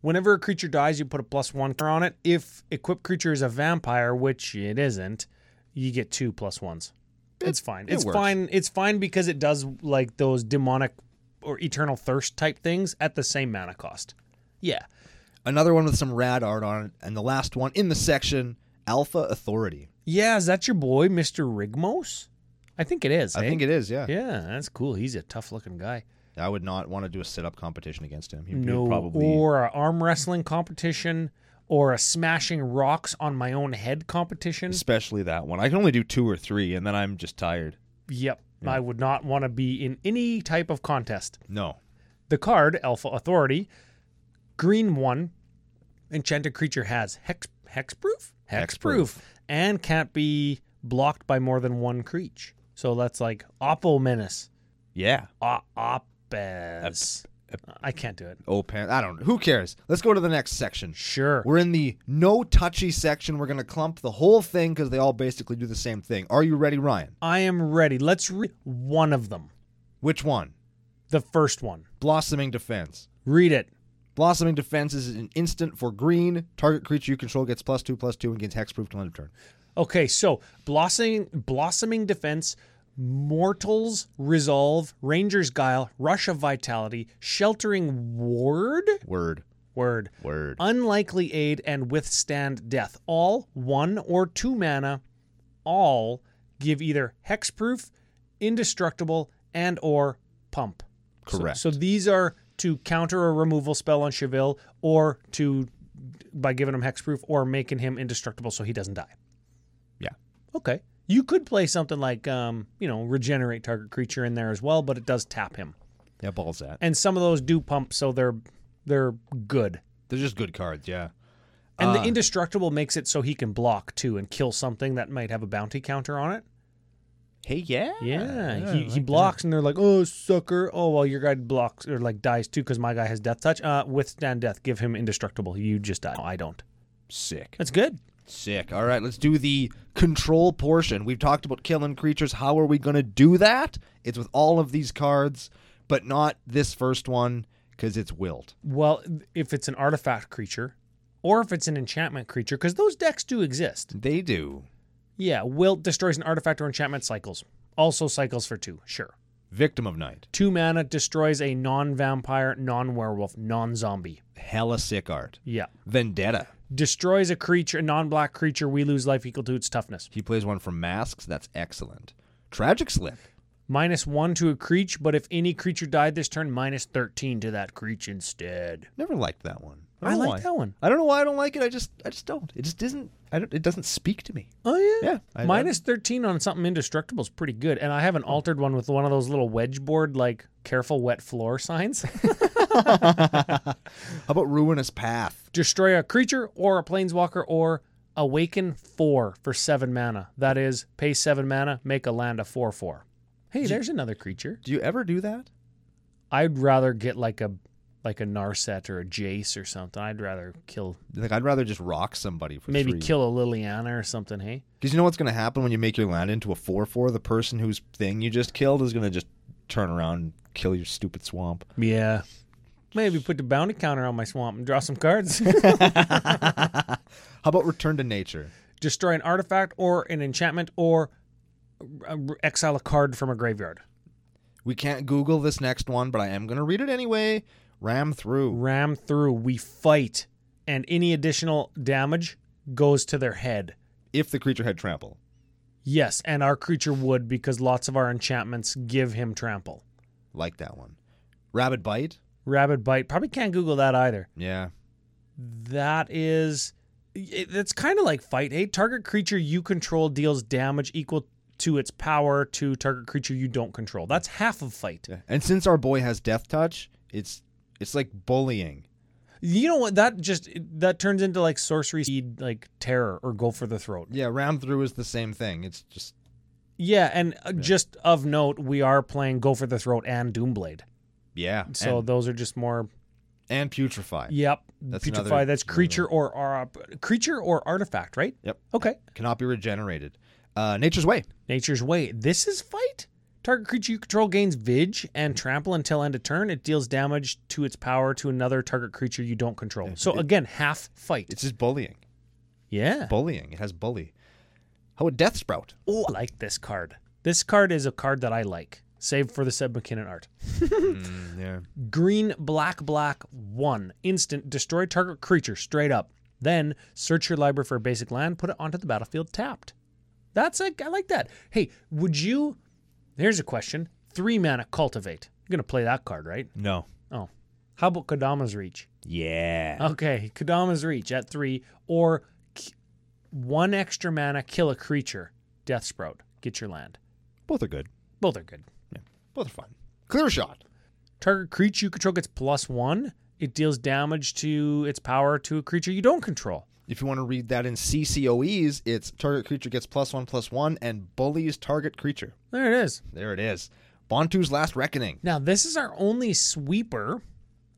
Whenever a creature dies, you put a plus one on it. If equipped creature is a vampire, which it isn't, you get two plus ones. It's fine. it it's works. fine. It's fine because it does like those demonic or eternal thirst type things at the same mana cost. Yeah. Another one with some rad art on it, and the last one in the section, Alpha Authority. Yeah, is that your boy, Mr. Rigmos? I think it is. eh? I think it is, yeah. Yeah, that's cool. He's a tough looking guy. I would not want to do a sit up competition against him. He would no, probably or a arm wrestling competition, or a smashing rocks on my own head competition. especially that one. I can only do two or three and then I'm just tired. Yep, I would not want to be in any type of contest. No. The card Alpha Authority, green one, enchanted creature has hex hexproof, Hexproof. and can't be blocked by more than one creature. So that's like Oppo Menace, Yeah. o- Oppes. I can't do it. Oh, pan- I don't Who cares? Let's go to the next section. Sure. We're in the no touchy section. We're going to clump the whole thing because they all basically do the same thing. Are you ready, Ryan? I am ready. Let's read one of them. Which one? The first one. Blossoming Defense. Read it. Blossoming Defense is an instant for green. Target creature you control gets plus two, plus two, and gains hexproof till end of turn. Okay, so blossoming, blossoming defense, mortals resolve, rangers guile, rush of vitality, sheltering ward, Word. word, Word. unlikely aid, and withstand death. All one or two mana. All give either hexproof, indestructible, and or pump. So- Correct. So, these are to counter a removal spell on Cheville, or to by giving him hexproof or making him indestructible so he doesn't die. Yeah. Okay. You could play something like um, you know, regenerate target creature in there as well, but it does tap him. Yeah, balls that. And some of those do pump, so they're they're good. They're just good cards, yeah. And the indestructible makes it so he can block too and kill something that might have a bounty counter on it. Hey, yeah. Yeah, he, he blocks, and they're like, "Oh, sucker! Oh, well, your guy blocks or like dies too because my guy has death touch. Uh, withstand death. Give him indestructible. You just die. No, I don't. Sick. That's good. Sick. All right, let's do the control portion. We've talked about killing creatures. How are we going to do that? It's with all of these cards, but not this first one because it's willed. Well, if it's an artifact creature, or if it's an enchantment creature, because those decks do exist. They do. Yeah, wilt destroys an artifact or enchantment cycles. Also cycles for two. Sure, Victim of Night. two mana destroys a non-vampire, non-werewolf, non-zombie. Hella sick art. Yeah, Vendetta. destroys a creature, a non-black creature. We lose life equal to its toughness. He plays one from Masks. That's excellent. Tragic Slip. minus one to a creature, but if any creature died this turn, minus 13 to that creature instead. Never liked that one. I don't know like why. that one. I don't know why I don't like it. I just I just don't. It just isn't. I don't, it doesn't speak to [laughs] me. Oh, yeah. Yeah. I- I- Minus 13 on something indestructible is pretty good. And I have an altered one with one of those little wedge board, like careful wet floor [laughs] signs. How about Ruinous Path? Destroy a creature or a planeswalker or awaken four for seven mana. That is, pay seven mana, make a land a 4 4. Hey, there's another creature. Do you ever do that? I'd rather get like a like a Narset or a Jace or something. I'd rather kill Like I'd rather just rock somebody for maybe three. kill a Liliana or something, hey? Because you know what's going to happen when you make your land into a 4 4? The person whose thing you just killed is going to just turn around and kill your stupid swamp. Yeah. Maybe put the bounty counter on my swamp and draw some cards. [laughs] How about Return to Nature? Destroy an artifact or an enchantment or uh, exile a card from a graveyard. We can't Google this next one, but I am going to read it anyway. Ram through. Ram through. We fight, and any additional damage goes to their head. If the creature had trample. Yes, and our creature would because lots of our enchantments give him trample. Like that one. Rabid Bite? Rabid bite. Probably can't Google that either. Yeah. That is it- it's kind of like fight eight. Target creature you control deals damage equal to its power to target creature you don't control. That's half of fight. Yeah. And since our boy has death touch, it's it's like bullying. You know what? That just that turns into like sorcery seed, like terror or go for the throat. Yeah, round through is the same thing. It's just Yeah, and uh just of note, we are playing go for the throat and Doomblade. yeah. So and, those are just more. and putrefy. Yep, That's putrefy. another- that's creature or, or uh, creature or artifact, right? Yep. Okay. Cannot be regenerated. Uh, Nature's way. Nature's Way. This is fight. Target creature you control gains Vig and Trample until end of turn. It deals damage to its power to another target creature you don't control. So again, half fight. It's just bullying. yeah. Bullying. It has bully. How about death sprout? Oh, I like this card. This card is a card that I like, save for the Seb McKinnon art. Mm, yeah. Green, black, black, one. Instant, destroy target creature straight up. Then search your library for a basic land, put it onto the battlefield tapped. That's like, I like that. Hey, would you? Here's a question three mana cultivate. You're going to play that card, right? No. Uh, Oh. How about Kodama's Reach? Yeah. Okay, Kodama's Reach at three, or k- one extra mana, kill a creature, Death Sprout, get your land. Both are good. Both are good. Both are fun. Clear shot. Target creature you control gets plus one. It deals damage to its power to a creature you don't control. If you want to read that in CCOEs, it's target creature gets plus one plus one and bullies target creature. There it is. There it is. Bontu's Last Reckoning. Now, this is our only sweeper.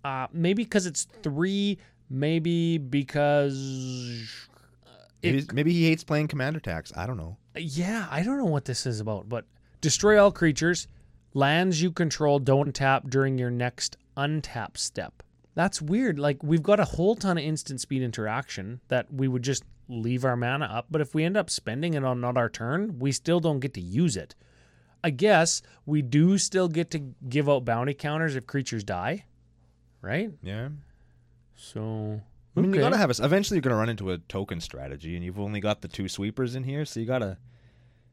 Uh, maybe because it's three, maybe because. Maybe, maybe he hates playing commander tax. I don't know. Yeah, I don't know what this is about, but destroy all creatures. Lands you control don't tap during your next untap step. That's weird. Like, we've got a whole ton of instant speed interaction that we would just leave our mana up, but if we end up spending it on not our turn, we still don't get to use it. I guess we do still get to give out bounty counters if creatures die, right? Yeah. So. I mean, you okay. gotta have a. Eventually, you're gonna run into a token strategy, and you've only got the two sweepers in here, so you gotta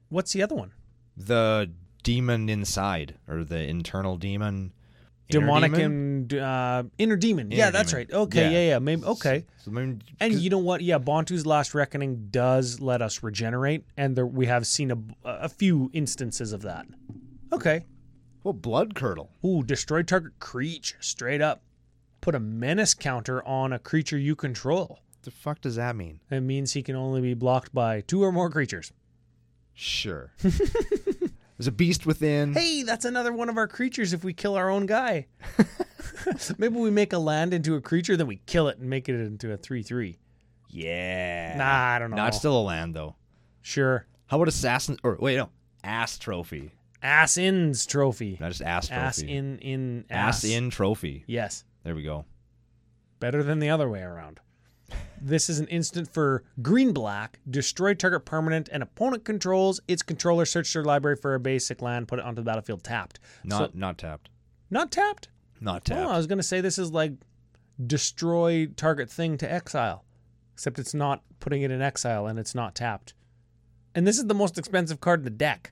What's the other one? the demon inside or the internal demon, inner Demonic demon? and uh, inner demon. Inner yeah, that's demon. right. Okay, Yeah. yeah, yeah. Maybe okay. So, I mean, And 'cause- you know what? Yeah, Bontu's Last Reckoning does let us regenerate, and there, we have seen a, a few instances of that. Okay. well, blood curdle. Ooh, destroy target creature straight up. Put a menace counter on a creature you control. The fuck does that mean? It means he can only be blocked by two or more creatures. [laughs] Sure. There's a beast within. Hey, that's another one of our creatures if we kill our [laughs] own guy. [laughs] Maybe we make a land into a creature, then we kill it and make it into a 3 3. Yeah. Nah, I don't know. Not still a land though. Sure. How about assassin? Or wait, no, ass trophy. Ass in's trophy. Not just ass trophy. Ass in in Ass in trophy. Yes. There we go. Better than the other way around. This is an instant for green black. Destroy target permanent and opponent controls. Its controller search their library for a basic land, put it onto the battlefield tapped. Not not tapped. Not tapped? Not Oh, tapped. I was going to say this is like destroy target thing to exile, except it's not putting it in exile and it's not tapped. And this is the most expensive card in the deck.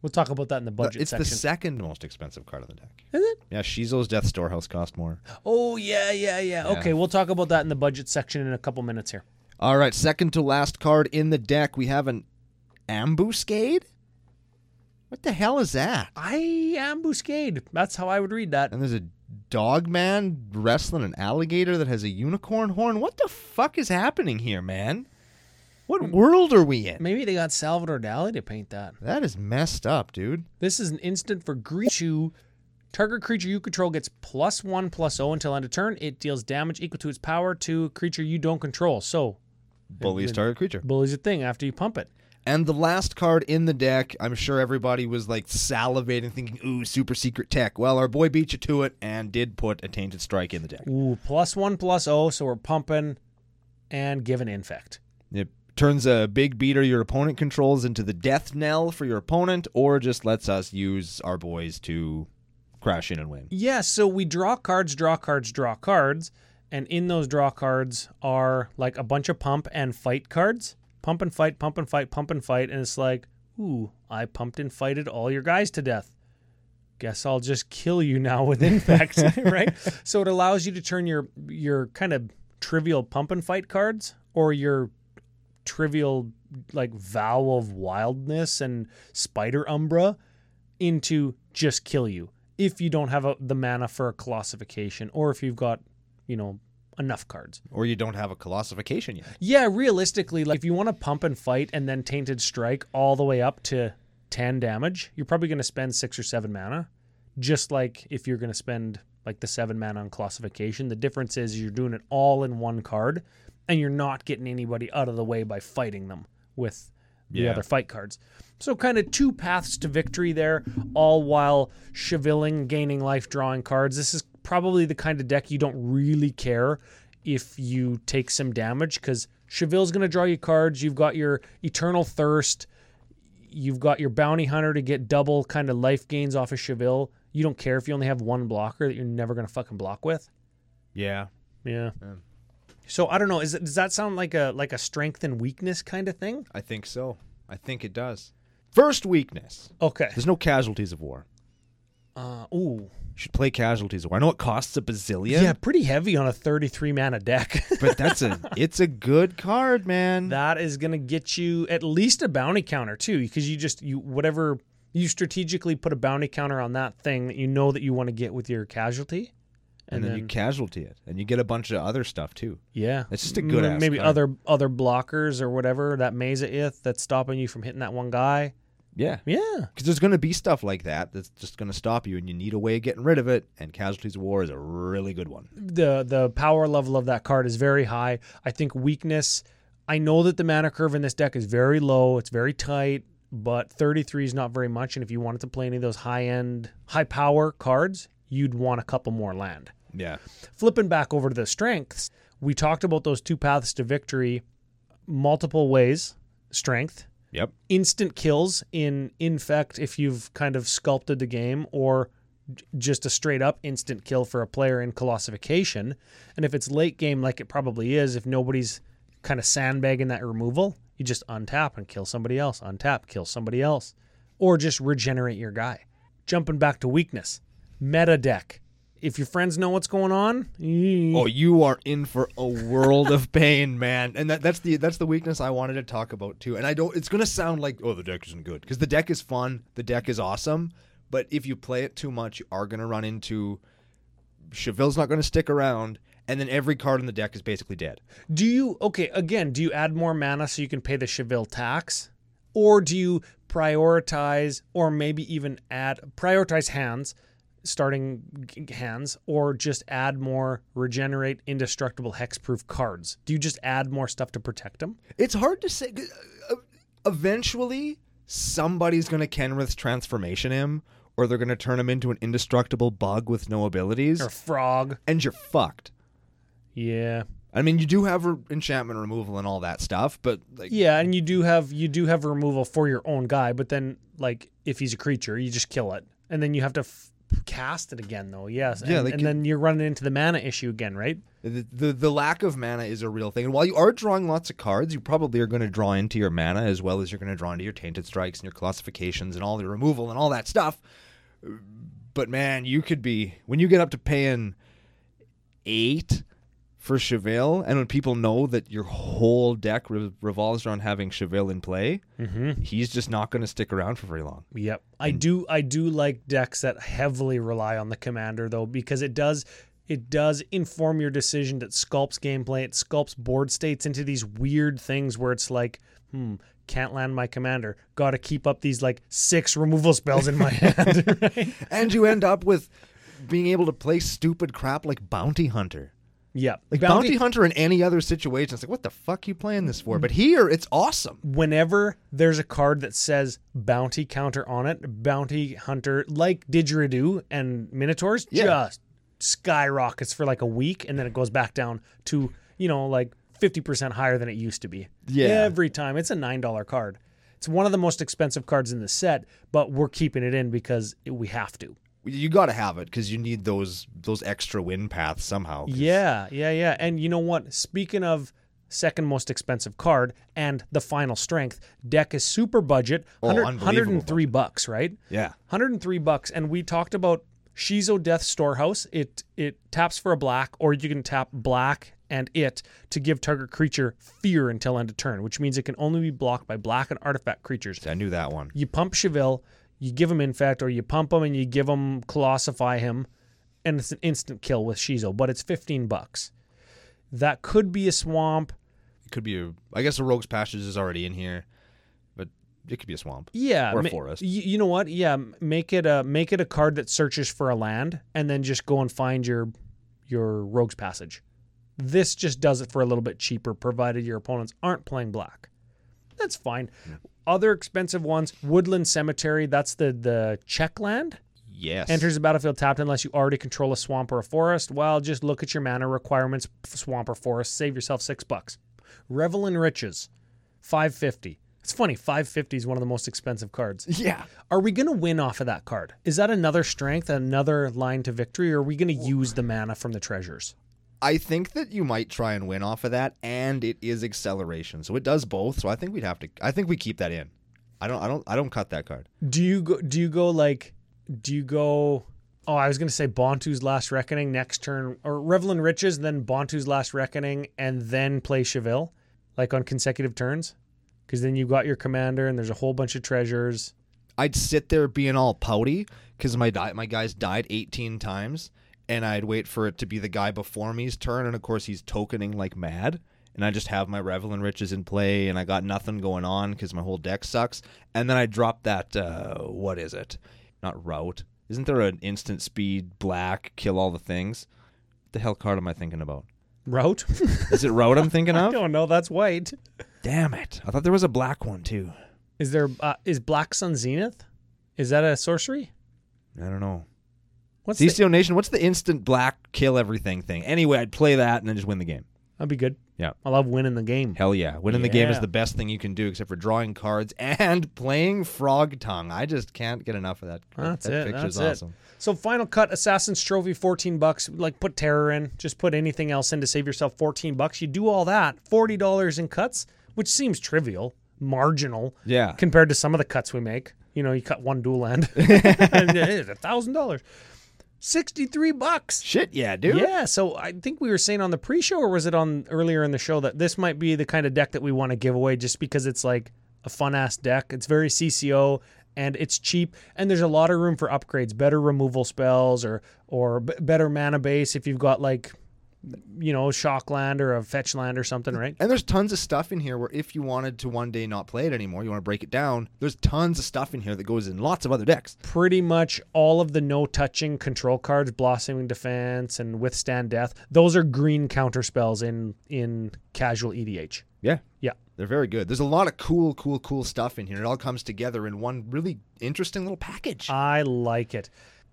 We'll talk about that in the No, budget it's section. the second most expensive card in the deck. is it? Yeah, Shizo's Death Storehouse cost more. Oh, yeah, yeah, yeah. Okay, we'll talk about that in the budget section in a couple minutes here. All right, second to last card in the deck, we have an Ambuscade. What the hell is that? I ambuscade. That's how I would read that. And there's a dog man wrestling an alligator that has a unicorn horn. What the fuck is happening here, man? What world are we in? Maybe they got Salvador Dali to paint that. That is messed up, dude. This is an instant for green two. Target creature you control gets plus one plus zero until end of turn. It deals damage equal to its power to a creature you don't control. So Bullies target creature. bullies a thing after you pump it. And the last card in the deck, I'm sure everybody was like salivating, thinking, ooh, super secret tech. Well, our boy beat you to it and did put a tainted strike in the deck. Ooh, plus one plus zero. So we're pumping and give an infect. It turns a big beater your opponent controls into the death knell for your opponent, or just lets us use our boys to crash in and win. Yeah, so we draw cards, draw cards, draw cards, and in those draw cards are like a bunch of pump and fight cards. Pump and fight, pump and fight, pump and fight, and it's like, ooh, I pumped and fighted all your guys to death. Guess I'll just kill you now with [laughs] infect, right? So it allows you to turn your your kind of trivial pump and fight cards or your trivial like vow of wildness and spider umbra into just kill you if you don't have a, the mana for a colossification or if you've got you know enough cards Or you don't have a colossification yet. yeah realistically like if you want to pump and fight and then tainted strike all the way up to 10 damage you're probably going to spend six or seven mana just like if you're going to spend like the seven mana on colossification the difference is you're doing it all in one card and you're not getting anybody out of the way by fighting them with the Yeah. other fight cards. So kind of two paths to victory there, all while chevilling, gaining life, drawing cards. This is probably the kind of deck you don't really care if you take some damage because Chevil's going to draw you cards. You've got your Eternal Thirst. You've got your Bounty Hunter to get double kind of life gains off of Cheville. You don't care if you only have one blocker that you're never going to fucking block with. Yeah. Yeah. So I don't know. Is it, does that sound like a like a strength and weakness kind of thing? I think so. I think it does. First weakness. Okay. There's no casualties of war. Uh, You ooh. should play casualties of war. I know it costs a bazillion, Yeah. pretty heavy on a 33 mana deck. [laughs] [laughs] but that's a it's a good card, man. that is going to get you at least a bounty counter too because you just you whatever you strategically put a bounty counter on that thing that you know that you want to get with your casualty. and then, you casualty it, and you get a bunch of other stuff too. Yeah. It's just a good M- ass maybe card. other other blockers or whatever that Mesa ith that's stopping you from hitting that one guy. Yeah, Yeah. because there's going to be stuff like that that's just going to stop you, and you need a way of getting rid of it. And casualties of war is a really good one. the the power level of that card is very high. I think weakness. I know that the mana curve in this deck is very low. It's very tight, but 33 is not very much. And if you wanted to play any of those high end, high power cards, you'd want a couple more land. Yeah, Flipping back over to the strengths, we talked about those two paths to victory, multiple ways. Strength, yep, instant kills in infect if you've kind of sculpted the game or j- just a straight up instant kill for a player in colossification and if it's late game like it probably is if nobody's kind of sandbagging that removal you just untap and kill somebody else untap kill somebody else or just regenerate your guy jumping back to weakness meta deck if your friends know what's going on Oh, you are in for a world of [laughs] pain, man. And that, that's the that's the weakness I wanted to talk about too. And I don't. It's gonna sound like oh the deck isn't good because the deck is fun, the deck is awesome. But if you play it too much, you are gonna run into Cheville's not gonna stick around, and then every card in the deck is basically dead. Do you okay again? Do you add more mana so you can pay the Cheville tax, or do you prioritize, or maybe even add prioritize hands, starting g- hands, or just add more regenerate indestructible hexproof cards? Do you just add more stuff to protect them? It's hard to say. 'cause, uh, Eventually, somebody's gonna Kenrith transformation him, or they're gonna turn him into an indestructible bug with no abilities, Or frog? and you're fucked. Yeah, I mean, you do have re- enchantment removal and all that stuff, but like, yeah, and you do have you do have removal for your own guy, but then like if he's a creature, you just kill it, and then you have to. F- cast it again though yes Yeah, and, like and you- then you're running into the mana issue again right the, the the lack of mana is a real thing. And while you are drawing lots of cards, you probably are going to draw into your mana as well as you're going to draw into your tainted strikes and your classifications and all your removal and all that stuff. But man, you could be when you get up to paying eight for Chevelle, and when people know that your whole deck re- revolves around having Chevelle in play, he's just not going to stick around for very long. Yep. I do I do like decks that heavily rely on the commander though because it does it does inform your decision that sculpts gameplay, it sculpts board states into these weird things where it's like, hmm, can't land my commander. Got to keep up these like six removal spells in [laughs] my hand. [laughs] right? and you end up with being able to play stupid crap like Bounty Hunter. Yeah. Like Bounty, Hunter in any other situation, it's like, what the fuck you playing this for? Mm-hmm. But here, it's awesome. whenever there's a card that says bounty counter on it, bounty hunter like didgeridoo and minotaurs Yeah. just skyrockets for like a week and then it goes back down to, you know, like 50% higher than it used to be. Yeah. Every time it's a $9 card. It's one of the most expensive cards in the set, but we're keeping it in because we have to. You got to have it because you need those those extra win paths somehow. 'Cause- Yeah, yeah, yeah. And you know what? Speaking of second most expensive card and the final strength, deck is super budget, Oh, 100 unbelievable 103 bucks, right? yeah. 103 bucks and we talked about Shizo Death Storehouse. It it taps for a black or you can tap black and it to give target creature fear until end of turn, which means it can only be blocked by black and artifact creatures. I knew that one. You pump Cheville, you give him infect, or you pump him and you give him Colossify him, and it's an instant kill with Shizo, but it's 15 bucks. That could be a swamp. It could be a. I guess the Rogue's Passage is already in here, but it could be a swamp. Yeah, Or a forest. y- you know what? Yeah, m- make it a make it a card that searches for a land, and then just go and find your your rogue's passage. This just does it for a little bit cheaper, provided your opponents aren't playing black. That's fine. Other expensive ones: Woodland Cemetery. That's the the check land. Yes. Enters the battlefield tapped unless you already control a swamp or a forest. Well, just look at your mana requirements, f- swamp or forest. Save yourself six bucks. Revel in Riches, five fifty. It's funny, five fifty is one of the most expensive cards. Yeah. Are we going to win off of that card? Is that another strength, another line to victory, or are we going to use the mana from the treasures? I think that you might try and win off of that, and it is acceleration, so it does both. So I think we'd have to. I think we keep that in. I don't. I don't. I don't cut that card. Do you go? Do you go like? Do you go? Oh, I was going to say Bontu's Last Reckoning next turn, or Revel in Riches, then Bontu's Last Reckoning, and then play Cheville, like on consecutive turns, because then you've got your commander and there's a whole bunch of treasures. I'd sit there being all pouty because my di- my guys died 18 times, and I'd wait for it to be the guy before me's turn, and of course he's tokening like mad, and I just have my revel and riches in play, and I got nothing going on because my whole deck sucks, and then I drop that uh, what is it? Not route. Isn't there an instant speed black kill all the things? What the hell card am I thinking about? Route? Is it route I'm thinking [laughs] I of? don't know. That's white. Damn it! I thought there was a black one too. Is there? Uh, is Black Sun Zenith? Is that a sorcery? I don't know. What's the, CCO Nation, what's the instant black kill everything thing? Anyway, I'd play that and then just win the game. that'd be good. Yeah. I love winning the game. Hell yeah. Winning the game is Yeah. the best thing you can do except for drawing cards [laughs] and playing Frog Tongue. I just can't get enough of that. That's that it. picture's That's awesome. it. So Final Cut Assassin's Trophy, fourteen bucks. Like put terror in. Just put anything else in to save yourself fourteen bucks. You do all that, forty dollars in cuts, which seems trivial, marginal Yeah. compared to some of the cuts we make. You know, you cut one [laughs] dual end, [laughs] and it's a thousand dollars, sixty-three bucks. Shit, yeah, dude. Yeah, so I think we were saying on the pre-show, or was it on earlier in the show that this might be the kind of deck that we want to give away, just because it's like a fun ass deck. It's very CCO and it's cheap, and there's a lot of room for upgrades, better removal spells, or or b- better mana base if you've got like, you know, Shockland or a fetch land or something, right? And there's tons of stuff in here where if you wanted to one day not play it anymore, you want to break it down, there's tons of stuff in here that goes in lots of other decks. pretty much all of the no touching control cards, blossoming defense and withstand death, those are green counter spells in in casual EDH. Yeah. Yeah. They're very good. There's a lot of cool, cool, cool stuff in here. It all comes together in one really interesting little package. I like it.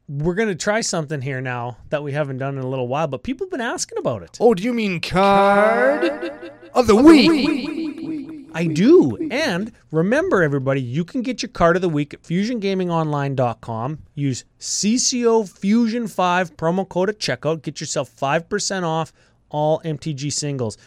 We're going to try something here now that we haven't done in a little while, but people have been asking about it. oh, do you mean card, of the week. I do. And remember, everybody, you can get your card of the week at fusiongamingonline.com. Use CCO Fusion 5 promo code at checkout. Get yourself 5% off all MTG singles.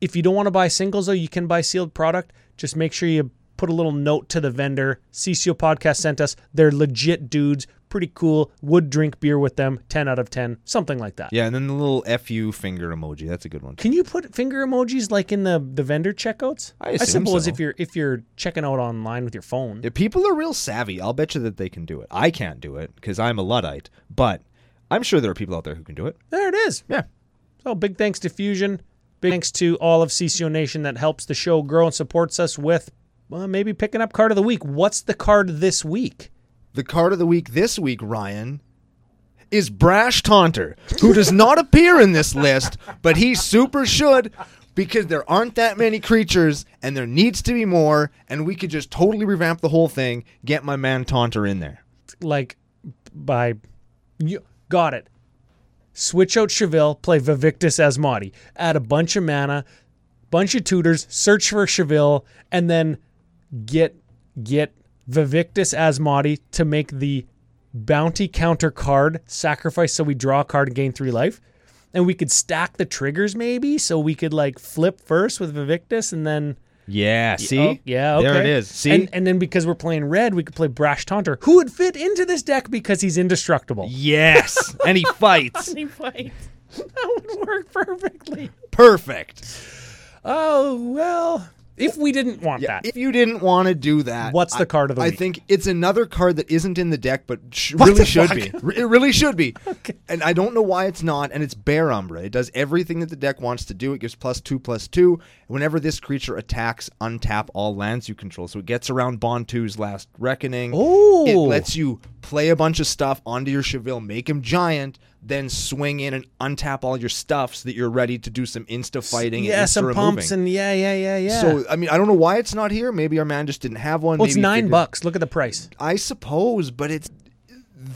If you don't want to buy singles, though, you can buy sealed product. Just make sure you put a little note to the vendor. CCO Podcast sent us. They're legit dudes. Pretty cool. Would drink beer with them. 10 out of 10. Something like that. Yeah, and then the little fu finger emoji. That's a good one. Can you put finger emojis like in the, the vendor checkouts? I assume suppose so. if you're if you're checking out online with your phone. If people are real savvy, I'll bet you that they can do it. I can't do it because I'm a luddite, but I'm sure there are people out there who can do it. There it is. Yeah, So big thanks to Fusion. Big thanks to all of CCO Nation that helps the show grow and supports us with well, maybe picking up card of the week. What's the card this week? the card of the week this week, Ryan, is Brash Taunter, who does not appear in this list, but he super should because there aren't that many creatures and there needs to be more, and we could just totally revamp the whole thing. Get my man Taunter in there. Like by you got it. Switch out Cheville, play Vivictus Asmati, add a bunch of mana, bunch of tutors, search for Cheville, and then get get Vivictus Asmati to make the bounty counter card sacrifice so we draw a card and gain three life. And we could stack the triggers maybe, so we could like flip first with Vivictus and then Yeah, see? Oh, yeah, okay. There it is. See? And, and then because we're playing red, we could play Brash Taunter, who [laughs] would fit into this deck because he's indestructible. yes. and he fights. He fights. That would work perfectly. Perfect. Oh, well. If we didn't want that. If you didn't want to do that, What's the I- card of the I week? think it's another card that isn't in the deck, but sh- What really the should fuck? be. R- It really should [laughs] be. And I don't know why it's not. And it's Bear Umbra. It does everything that the deck wants to do. It gives plus two, plus two. Whenever this creature attacks, untap all lands you control. So it gets around Bond 2's Last Reckoning. Oh. It lets you play a bunch of stuff onto your Cheville, make him giant, then swing in and untap all your stuff so that you're ready to do some insta fighting. yeah, and insta some removing. pumps and yeah, yeah, yeah, yeah. So I mean, I don't know why it's not here. Maybe our man just didn't have one. well, it's Maybe he nine figured- bucks. Look at the price. I suppose, but it's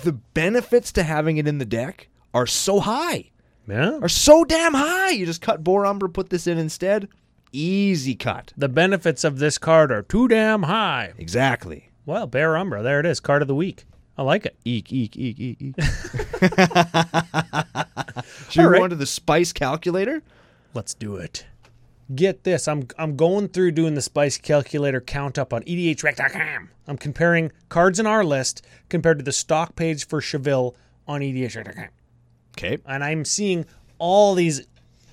the benefits to having it in the deck are so high, Yeah. are so damn high. You just cut Bor Umbra, put this in instead. Easy cut. The benefits of this card are too damn high. Exactly. Well, Bear Umbra, there it is. Card of the week. I like it. Eek eek eek eek [laughs] eek. Should we All right. go on to the spice calculator? Let's do it. Get this. I'm I'm going through doing the spice calculator count up on E edhrec.com. I'm comparing cards in our list compared to the stock page for Cheville on E edhrec.com. Okay. and I'm seeing all these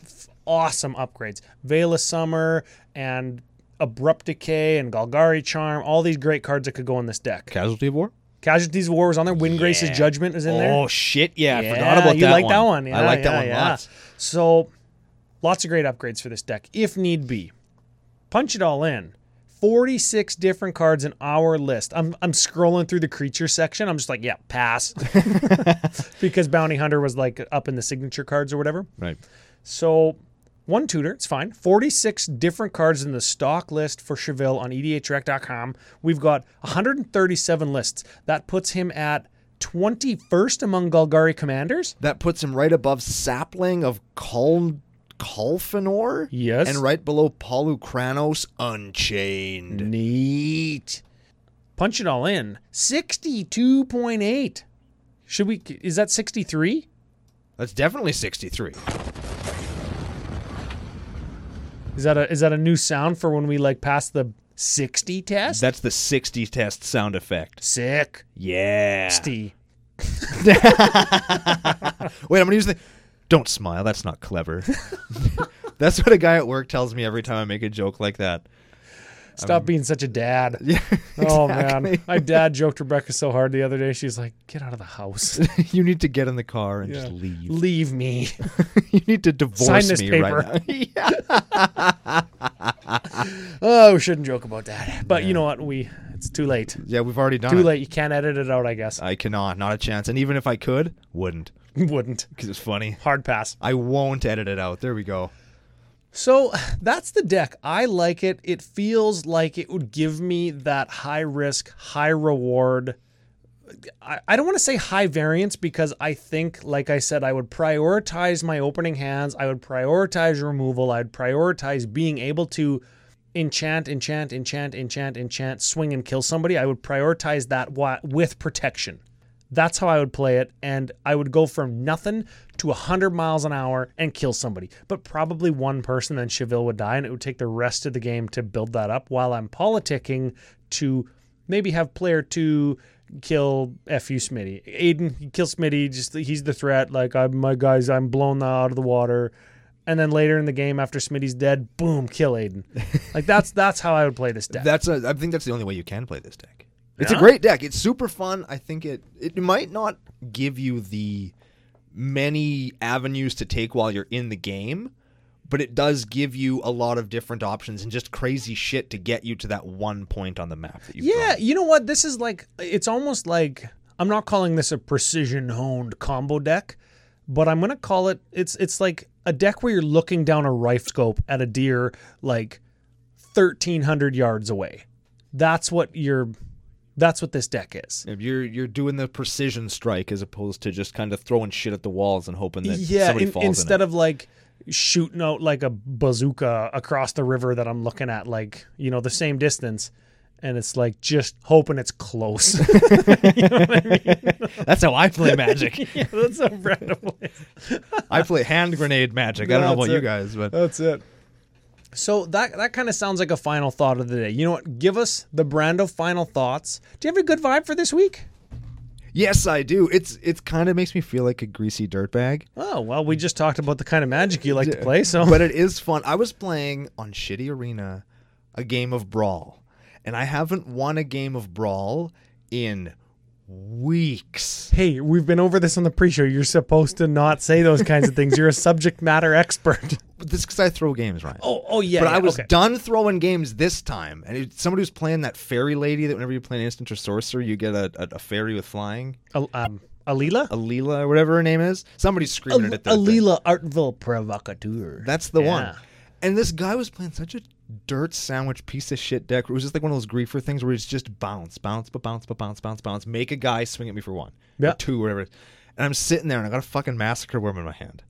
f- awesome upgrades. Veil of Summer and Abrupt Decay and Golgari Charm, all these great cards that could go in this deck. Casualty of war. Casualties of War was on there. Windgrace's Yeah. Judgment is in there. Oh shit! Yeah, I forgot Yeah, about you that. like one. that one. I Yeah, like that yeah, one yeah. lots. So lots of great upgrades for this deck, if need be. Punch it all in. 46 different cards in our list. I'm, I'm scrolling through the creature section. I'm just like, yeah, pass. [laughs] because Bounty Hunter was like up in the signature cards or whatever. Right. So one tutor, it's fine. 46 different cards in the stock list for Cheville on E edhrec.com. We've got 137 lists. That puts him at 21st among Golgari commanders. that puts him right above Sapling of Col- Colfinor. Yes. And right below Polukranos Unchained. Neat. Punch it all in. 62.8. Should we is that 63? That's definitely 63. Is that a is that a new sound for when we like pass the 60 test? That's the 60 test sound effect. Sick. Yeah. 60. Wait, I'm going to use the. Don't smile. That's not [laughs] clever. that's what a guy at work tells me every time I make a joke like that. [laughs] Stop being such a dad. Yeah. Oh exactly. man, my dad joked Rebecca so hard the other day. She's like, "Get out of [laughs] the house, you need to get in the car and just Yeah. leave. leave me." [laughs] you need to divorce Sign this me paper. [laughs] right now. yeah. oh, we shouldn't joke about that. But you know what? We—it's too late. yeah, we've already done Too it. late. You can't edit it out. I guess I cannot. Not a chance. And even if I could, wouldn't. [laughs] wouldn't. Because it's funny. Hard pass. I won't edit it out. There we go. So [sighs] that's the deck. I like it. It feels like it would give me that high risk, high reward. I, I don't want to say high variance because I think, like I said, I would prioritize my opening hands. I would prioritize removal. I'd prioritize being able to enchant, enchant, enchant, enchant, enchant, swing and kill somebody. I would prioritize that wa- with protection. That's how I would play it, and I would go from nothing to 100 miles an hour and kill somebody, but probably one person, then Cheville would die, and it would take the rest of the game to build that up while I'm politicking to maybe have player two kill F.U. Smitty. Aiden, kill Smitty, just he's the threat, like, I'm, my guys, I'm blown that out of the water. And then later in the game, after Smitty's dead, boom, kill Aiden. Like that's that's how I would play this deck. That's a, I think that's the only way you can play this deck. It's a Yeah. great deck. It's super fun. I think it it might not give you the many avenues to take while you're in the game, but it does give you a lot of different options and just crazy shit to get you to that one point on the map that you Yeah, you know what? This is like it's almost like I'm not calling this a precision honed combo deck, but I'm gonna call it it's it's like a deck where you're looking down a rifle scope at a deer like 1,300 yards away. That's what you're. That's what this deck is. You're you're doing the precision strike as opposed to just kind of throwing shit at the walls and hoping that yeah somebody in- falls instead in it. of like shooting out like a bazooka across the river that i'm looking at like you know the same distance and it's like just hoping it's close That's how I play magic. [laughs] yeah, that's so incredible I play hand grenade magic. I don't know That's about you it. guys, but that's it so that that kind of sounds like a final thought of the day you know what give us the brando final thoughts do you have a good vibe for this week Yes, I do. It's it kind of makes me feel like a greasy dirtbag, Oh, well, we just talked about the kind of magic you like to play, so. [laughs] but it is fun. I was playing on Shitty Arena a game of Brawl, and I haven't won a game of Brawl in weeks. hey, we've been over this on the pre show. You're supposed to not say those kinds of things. You're a subject matter expert. But This because I throw games, Ryan. [laughs] Oh, oh yeah. But yeah, I was okay. done throwing games this time, and it, somebody was playing that fairy lady that whenever you play an instant or sorcerer, you get a, a, a fairy with flying, Al- um, Alila? a Leela or whatever her name is. Somebody's screaming it at the thing. Alila Artville Provocateur. That's the one. Yeah. And this guy was playing such a dirt sandwich piece of shit deck. It was just like one of those griefer things where it's just bounce, bounce, but bounce, but bounce, bounce, bounce. Make a guy swing at me for one, Yeah. or two, whatever. it is. And I'm sitting there and I got a fucking massacre worm in my hand.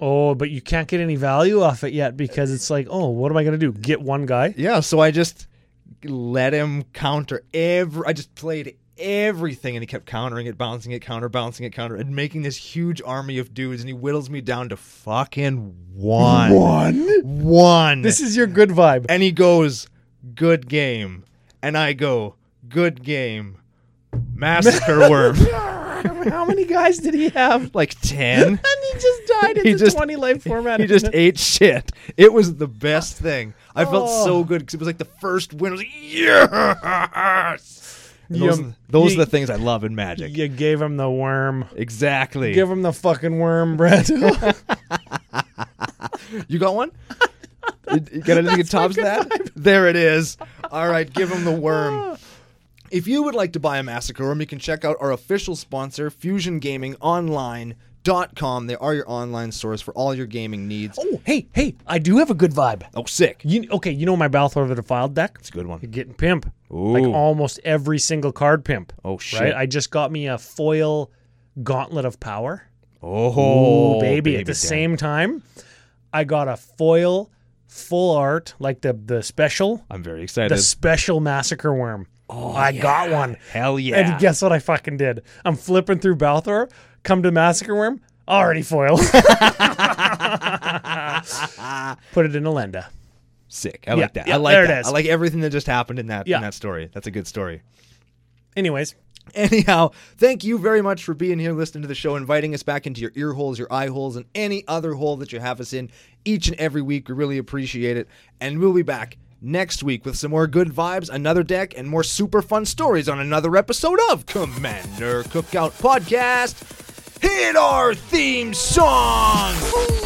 Oh, but you can't get any value off it yet because it's like, oh, what am I going to do? Get one guy? Yeah, so I just let him counter every. I just played everything, and he kept countering it, bouncing it, counter, bouncing it, counter, and making this huge army of dudes. And he whittles me down to fucking one, One? one. This is your good vibe. and he goes, "Good game," and I go, "Good game." [laughs] Massacre worm, How many guys did he [laughs] have? like ten. And he just died in He the just- 20 life format. He [laughs] just isn't it? ate shit. It was the best thing. I felt Oh. so good because it was like the first win. I was like, yes. And those Yum. those Ye- are the things I love in magic. You gave him the worm. Exactly. Give him the fucking worm, [laughs] Brett. you got one? you you got anything that tops that? There it is. All right, give him the worm. If you would like to buy a Massacre Worm, you can check out our official sponsor, FusionGamingOnline.com. They are your online source for all your gaming needs. oh, hey, hey, I do have a good vibe. Oh, sick. You, okay, you know my Balthor of the Defiled deck? It's a good You're one. getting pimp. Like Ooh. almost every single card pimp. Oh, shit. Right? I just got me a foil gauntlet of power. Oh, Ooh, baby, at the Dan. same time i got a foil full art like the the special I'm very excited. the special massacre worm oh i got one Hell and guess what i fucking did i'm flipping through balthor come to massacre worm already foiled [laughs] put it in a lenda Sick. I like that. yeah, I like there it that. is. I like everything that just happened in that Yeah. in that story. That's a good story. anyways [laughs] Anyhow, thank you very much for being here, listening to the show, inviting us back into your ear holes, your eye holes, and any other hole that you have us in each and every week. We really appreciate it. And we'll be back next week with some more good vibes, another deck, and more super fun stories on another episode of Commander Cookout Podcast. Hit our theme song!